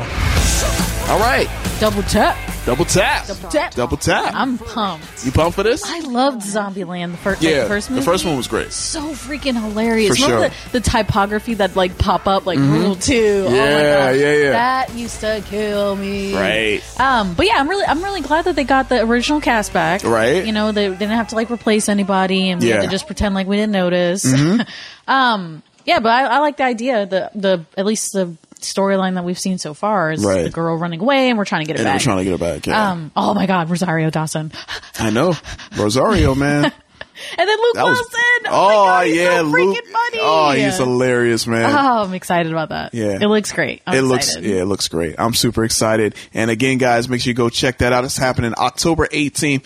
S4: All right.
S5: Double tap.
S4: Double tap.
S5: Double tap.
S4: Double tap.
S5: I'm pumped.
S4: you pumped for this?
S5: I loved Zombieland the first.
S4: yeah.
S5: the first movie.
S4: one was great.
S5: So freaking hilarious.
S4: For
S5: Remember
S4: sure.
S5: the, the typography that like pop up like
S4: Mhm.
S5: rule two. Oh my
S4: Yeah,
S5: gosh.
S4: yeah, yeah.
S5: That used to kill me.
S4: Right.
S5: Um, but yeah, I'm really I'm really glad that they got the original cast back.
S4: Right.
S5: You know, they didn't have to like replace anybody and we had
S4: Yeah.
S5: to just pretend like we didn't notice.
S4: Mhm.
S5: um yeah, but I, I like the idea, the the at least the storyline that we've seen so far is
S4: Right.
S5: the girl running away and we're trying to get it
S4: And we're
S5: back.
S4: trying to get it back. Yeah.
S5: Um oh my god, Rosario Dawson.
S4: I know. Rosario, man.
S5: And then Luke
S4: That was-
S5: Wilson.
S4: Oh, yeah, Luke. Oh, he's hilarious, man.
S5: Oh, I'm excited about that.
S4: Yeah.
S5: It looks great. I'm
S4: it looks
S5: excited.
S4: yeah, it looks great. I'm super excited. And again, guys, make sure you go check that out. It's happening October 18th,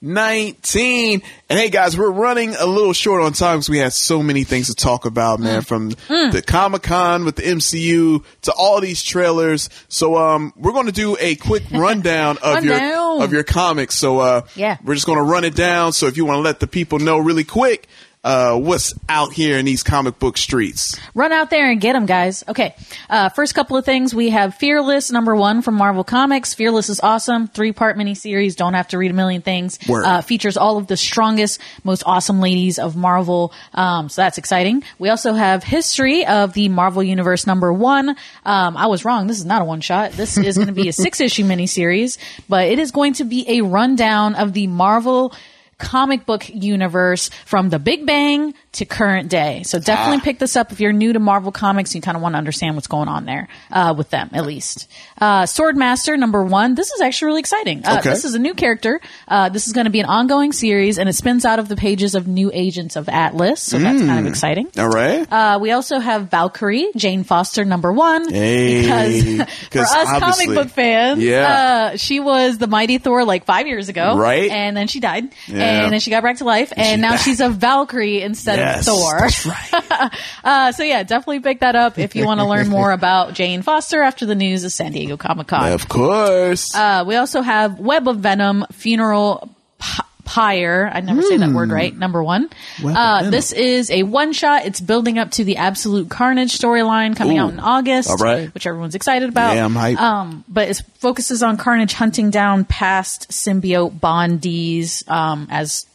S4: 2019. And hey guys, we're running a little short on time because we had so many things to talk about, man,
S5: Mm.
S4: from the Comic Con with the MCU to all these trailers. So um we're gonna do a quick rundown of
S5: Rundown.
S4: your of your comics. So uh
S5: Yeah.
S4: we're just gonna run it down. So if you wanna let the people know really quick, uh what's out here in these comic book streets.
S5: Run out there and get them, guys. Okay. Uh, first couple of things we have Fearless number one from Marvel Comics. Fearless is awesome. Three part miniseries. Don't have to read a million things.
S30: Word.
S5: Uh, features all of the strongest, most awesome ladies of Marvel. Um, so that's exciting. We also have History of the Marvel Universe number one. Um, I was wrong. This is not a one shot. This is going to be a six issue miniseries, but it is going to be a rundown of the Marvel comic book universe from the Big Bang to current day. So definitely pick this up if you're new to Marvel Comics and you kind of want to understand what's going on there uh, with them, at least. Uh, Swordmaster number one. This is actually really exciting. Uh,
S2: Okay.
S5: This is a new character. Uh, this is going to be an ongoing series, and it spins out of the pages of New Agents of Atlas. So that's kind of
S4: Mm.
S5: exciting.
S4: All right.
S5: Uh, we also have Valkyrie, Jane Foster, number one.
S4: Hey,
S5: because for
S4: 'cause
S5: us comic
S4: obviously-
S5: book fans,
S4: Yeah.
S5: uh, she was the Mighty Thor like five years ago.
S4: Right.
S5: And then she died.
S4: Yeah.
S5: And then she got back to life. And, now she's a Valkyrie instead
S4: Yes,
S5: of Thor.
S4: that's
S5: uh, so, yeah, definitely pick that up if you want to learn more about Jane Foster after the news of San Diego Comic Con.
S4: Of course.
S5: Uh, we also have Web of Venom Funeral P- Pyre. I never say that word
S4: Hmm.
S5: right. Number one.
S14: Web of
S5: Uh,
S14: Venom.
S5: this is a one shot. It's building up to the Absolute Carnage storyline coming out
S4: Ooh.
S5: in August,
S4: All right.
S5: which everyone's excited about.
S4: Yeah, I'm hyped.
S5: Um, but it focuses on Carnage hunting down past symbiote bondees um, as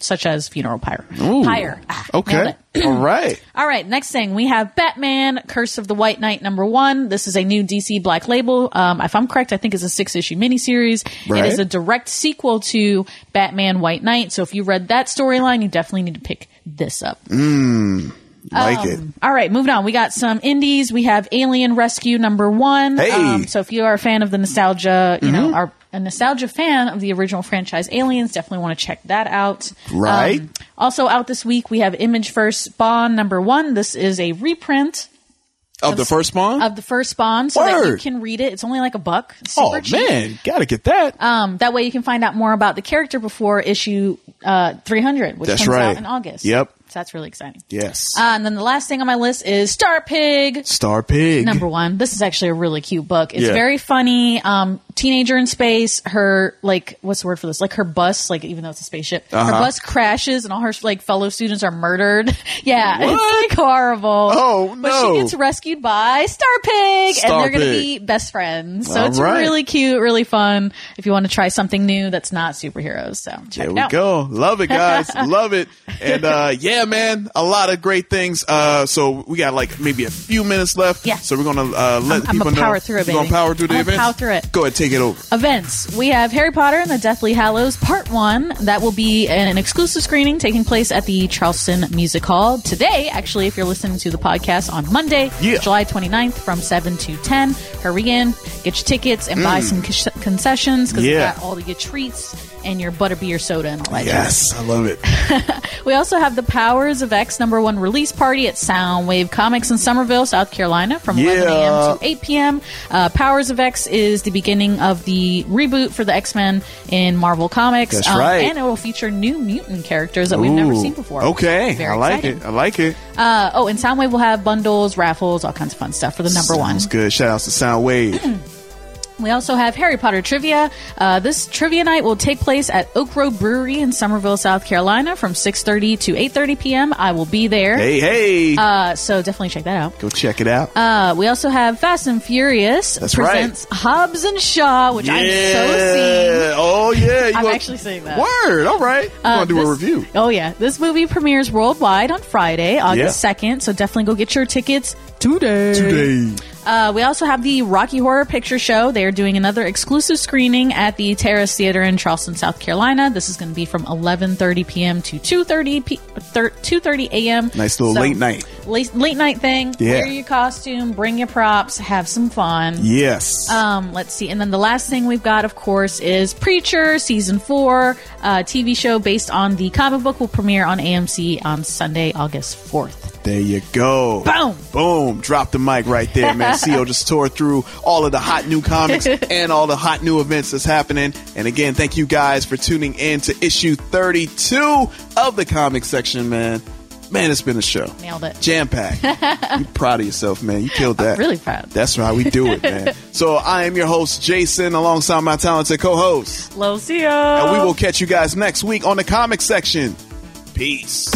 S5: such as Funeral Pyre.
S4: Ooh.
S5: Pyre. Ah, nailed
S4: Okay.
S5: it.
S4: All right.
S5: All right, next thing we have Batman: Curse of the White Knight number one. This is a new DC Black Label. Um, if I'm correct, I think it's a six issue miniseries.
S14: Right.
S5: It is a direct sequel to Batman: White Knight. So if you read that storyline, you definitely need to pick this up.
S4: Mm, like it.
S5: Um, All right, moving on. We got some indies. We have Alien Rescue number one. Um,
S4: Hey. Mm-hmm.
S5: so if you are a fan of the nostalgia, you know, are a nostalgia fan of the original franchise Aliens, definitely want to check that out.
S4: Right.
S5: Um, also out this week, we have Image First Spawn number one. This is a reprint
S4: Of the first spawn?
S5: of the first Spawn, so that you
S4: Word.
S5: can read it. It's only like a buck. It's
S4: Oh,
S5: Super cheap.
S4: man. Gotta get that.
S5: Um, that way you can find out more about the character before issue uh, 300, which
S4: That's
S5: comes
S4: right.
S5: out in August.
S4: Yep.
S5: So that's really exciting.
S4: Yes.
S5: Uh, and then the last thing on my list is Star Pig.
S4: Star Pig.
S5: Number one. This is actually a really cute book. It's
S4: Yeah.
S5: very funny. Um, teenager in space. Her like, what's the word for this? Like her bus. Like even though it's a spaceship, her
S14: Uh-huh.
S5: bus crashes and all her like fellow students are murdered. yeah, it's like horrible.
S14: Oh,
S5: But
S14: no.
S5: she gets rescued by Star Pig,
S14: Star
S5: and they're going to be
S14: Pig.
S5: best friends. So
S4: All
S5: it's
S4: right.
S5: really cute, really fun. If you want to try something new that's not superheroes, so check
S4: There
S5: it
S4: we
S5: out.
S4: go. Love it, guys. Love it. And uh, yeah, man, a lot of great things. Uh, so we got like maybe a few minutes left. Yeah. So we're gonna uh, let
S5: I'm- I'ma
S4: people know.
S5: power through it,
S4: We're gonna
S5: baby.
S4: power through the
S5: I'ma
S4: event.
S5: power through it.
S4: Go ahead, take it over.
S5: Events. We have Harry Potter and the Deathly Hallows Part 1. That will be an exclusive screening taking place at the Charleston Music Hall today, actually, if you're listening to the podcast on Monday, July 29th from 7 to 10. Hurry in, get your tickets, and buy
S4: Mm.
S5: some con- concessions because
S4: Yeah.
S5: you got all your treats and your butterbeer soda and all that.
S4: Yes, I love it.
S5: We also have the Powers of X number one release party at Soundwave Comics in Somerville, South Carolina, from 11 a.m. to 8 p.m. Uh, Powers of X is the beginning of the reboot for the X Men in Marvel Comics. um,
S4: That's right.
S5: And it will feature new mutant characters that we've never
S4: Ooh.
S5: seen before.
S4: Okay,
S5: Very
S4: I like
S5: exciting.
S4: it. I like it.
S5: Uh, oh, and Soundwave will have bundles, raffles, all kinds of fun stuff for the number one.
S4: Sounds good. Shout outs to Soundwave.
S5: We also have Harry Potter trivia. Uh, this trivia night will take place at Oak Road Brewery in Somerville, South Carolina, from 6:30 to 8:30 p.m. I will be there.
S4: Hey, hey.
S5: Uh, so definitely check that out.
S4: Go check it out.
S5: Uh, we also have Fast and Furious
S4: That's
S5: presents Hobbs and Shaw, which I'm so seeing.
S4: Yeah. Oh yeah. You
S5: I'm
S4: gonna-
S5: actually seeing that.
S4: Word. All right. We're
S5: Uh,
S4: gonna do
S5: this-
S4: a review.
S5: Oh yeah, this movie premieres worldwide on Friday, August
S4: Yeah.
S5: second. So definitely go get your tickets today.
S4: Today.
S5: Uh, we also have the Rocky Horror Picture Show. They are doing another exclusive screening at the Terrace Theater in Charleston, South Carolina. This is going to be from 11:30 p.m. to 2:30 p- thir- 2:30 a.m.
S4: Nice little
S5: So,
S4: late night.
S5: Late, late night thing.
S4: Yeah.
S5: Wear your costume, bring your props, have some fun.
S4: Yes.
S5: Um, let's see. And then the last thing we've got, of course, is Preacher season four, uh, TV show based on the comic book will premiere on AMC on Sunday, August 4th.
S4: There you go.
S5: Boom.
S4: Boom. Drop the mic right there, man. CEO just tore through all of the hot new comics and all the hot new events that's happening. And again, thank you guys for tuning in to issue 32 of the comic section, man. Man, it's been a show.
S5: Nailed it.
S4: Jam packed. you proud of yourself, man. You killed that.
S5: really proud.
S4: That's how we do it, man. so I am your host, Jason, alongside my talented co host.
S5: Low CEO.
S4: And we will catch you guys next week on the comic section.
S26: Peace.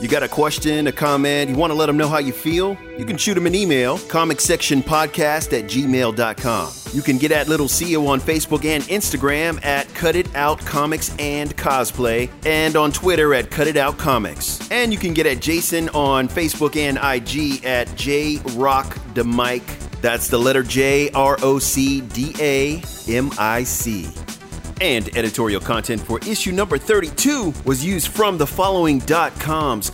S26: You got a question, a comment, you want to let them know how you feel? You can shoot them an email, comicsectionpodcast at gmail.com. You can get at Little CEO on Facebook and Instagram at Cut It Out Comics and Cosplay, and on Twitter at Cut It Out Comics. And you can get at Jason on Facebook and IG at JRockDemic. That's the letter J R O C D A M I C. and editorial content for issue number 32 was used from the following .coms,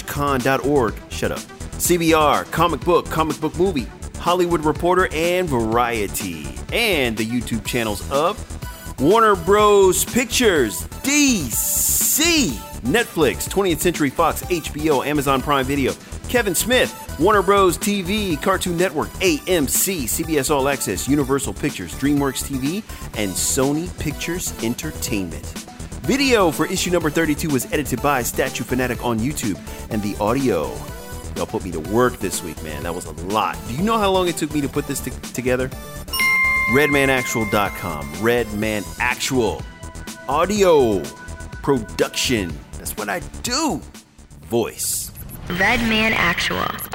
S26: comic-con.org, shut up, CBR, Comic Book, Comic Book Movie, Hollywood Reporter, and Variety, and the YouTube channels of Warner Bros. Pictures, DC, Netflix, 20th Century Fox, HBO, Amazon Prime Video, Kevin Smith, Warner Bros. TV, Cartoon Network, AMC, CBS All Access, Universal Pictures, DreamWorks TV, and Sony Pictures Entertainment. Video for issue number 32 was edited by Statue Fanatic on YouTube, and the audio. Y'all put me to work this week, man. That was a lot. Do you know how long it took me to put this t- together? RedmanActual.com. Redman Actual. Audio production. That's what I do. Voice.
S2: Red Man Actual.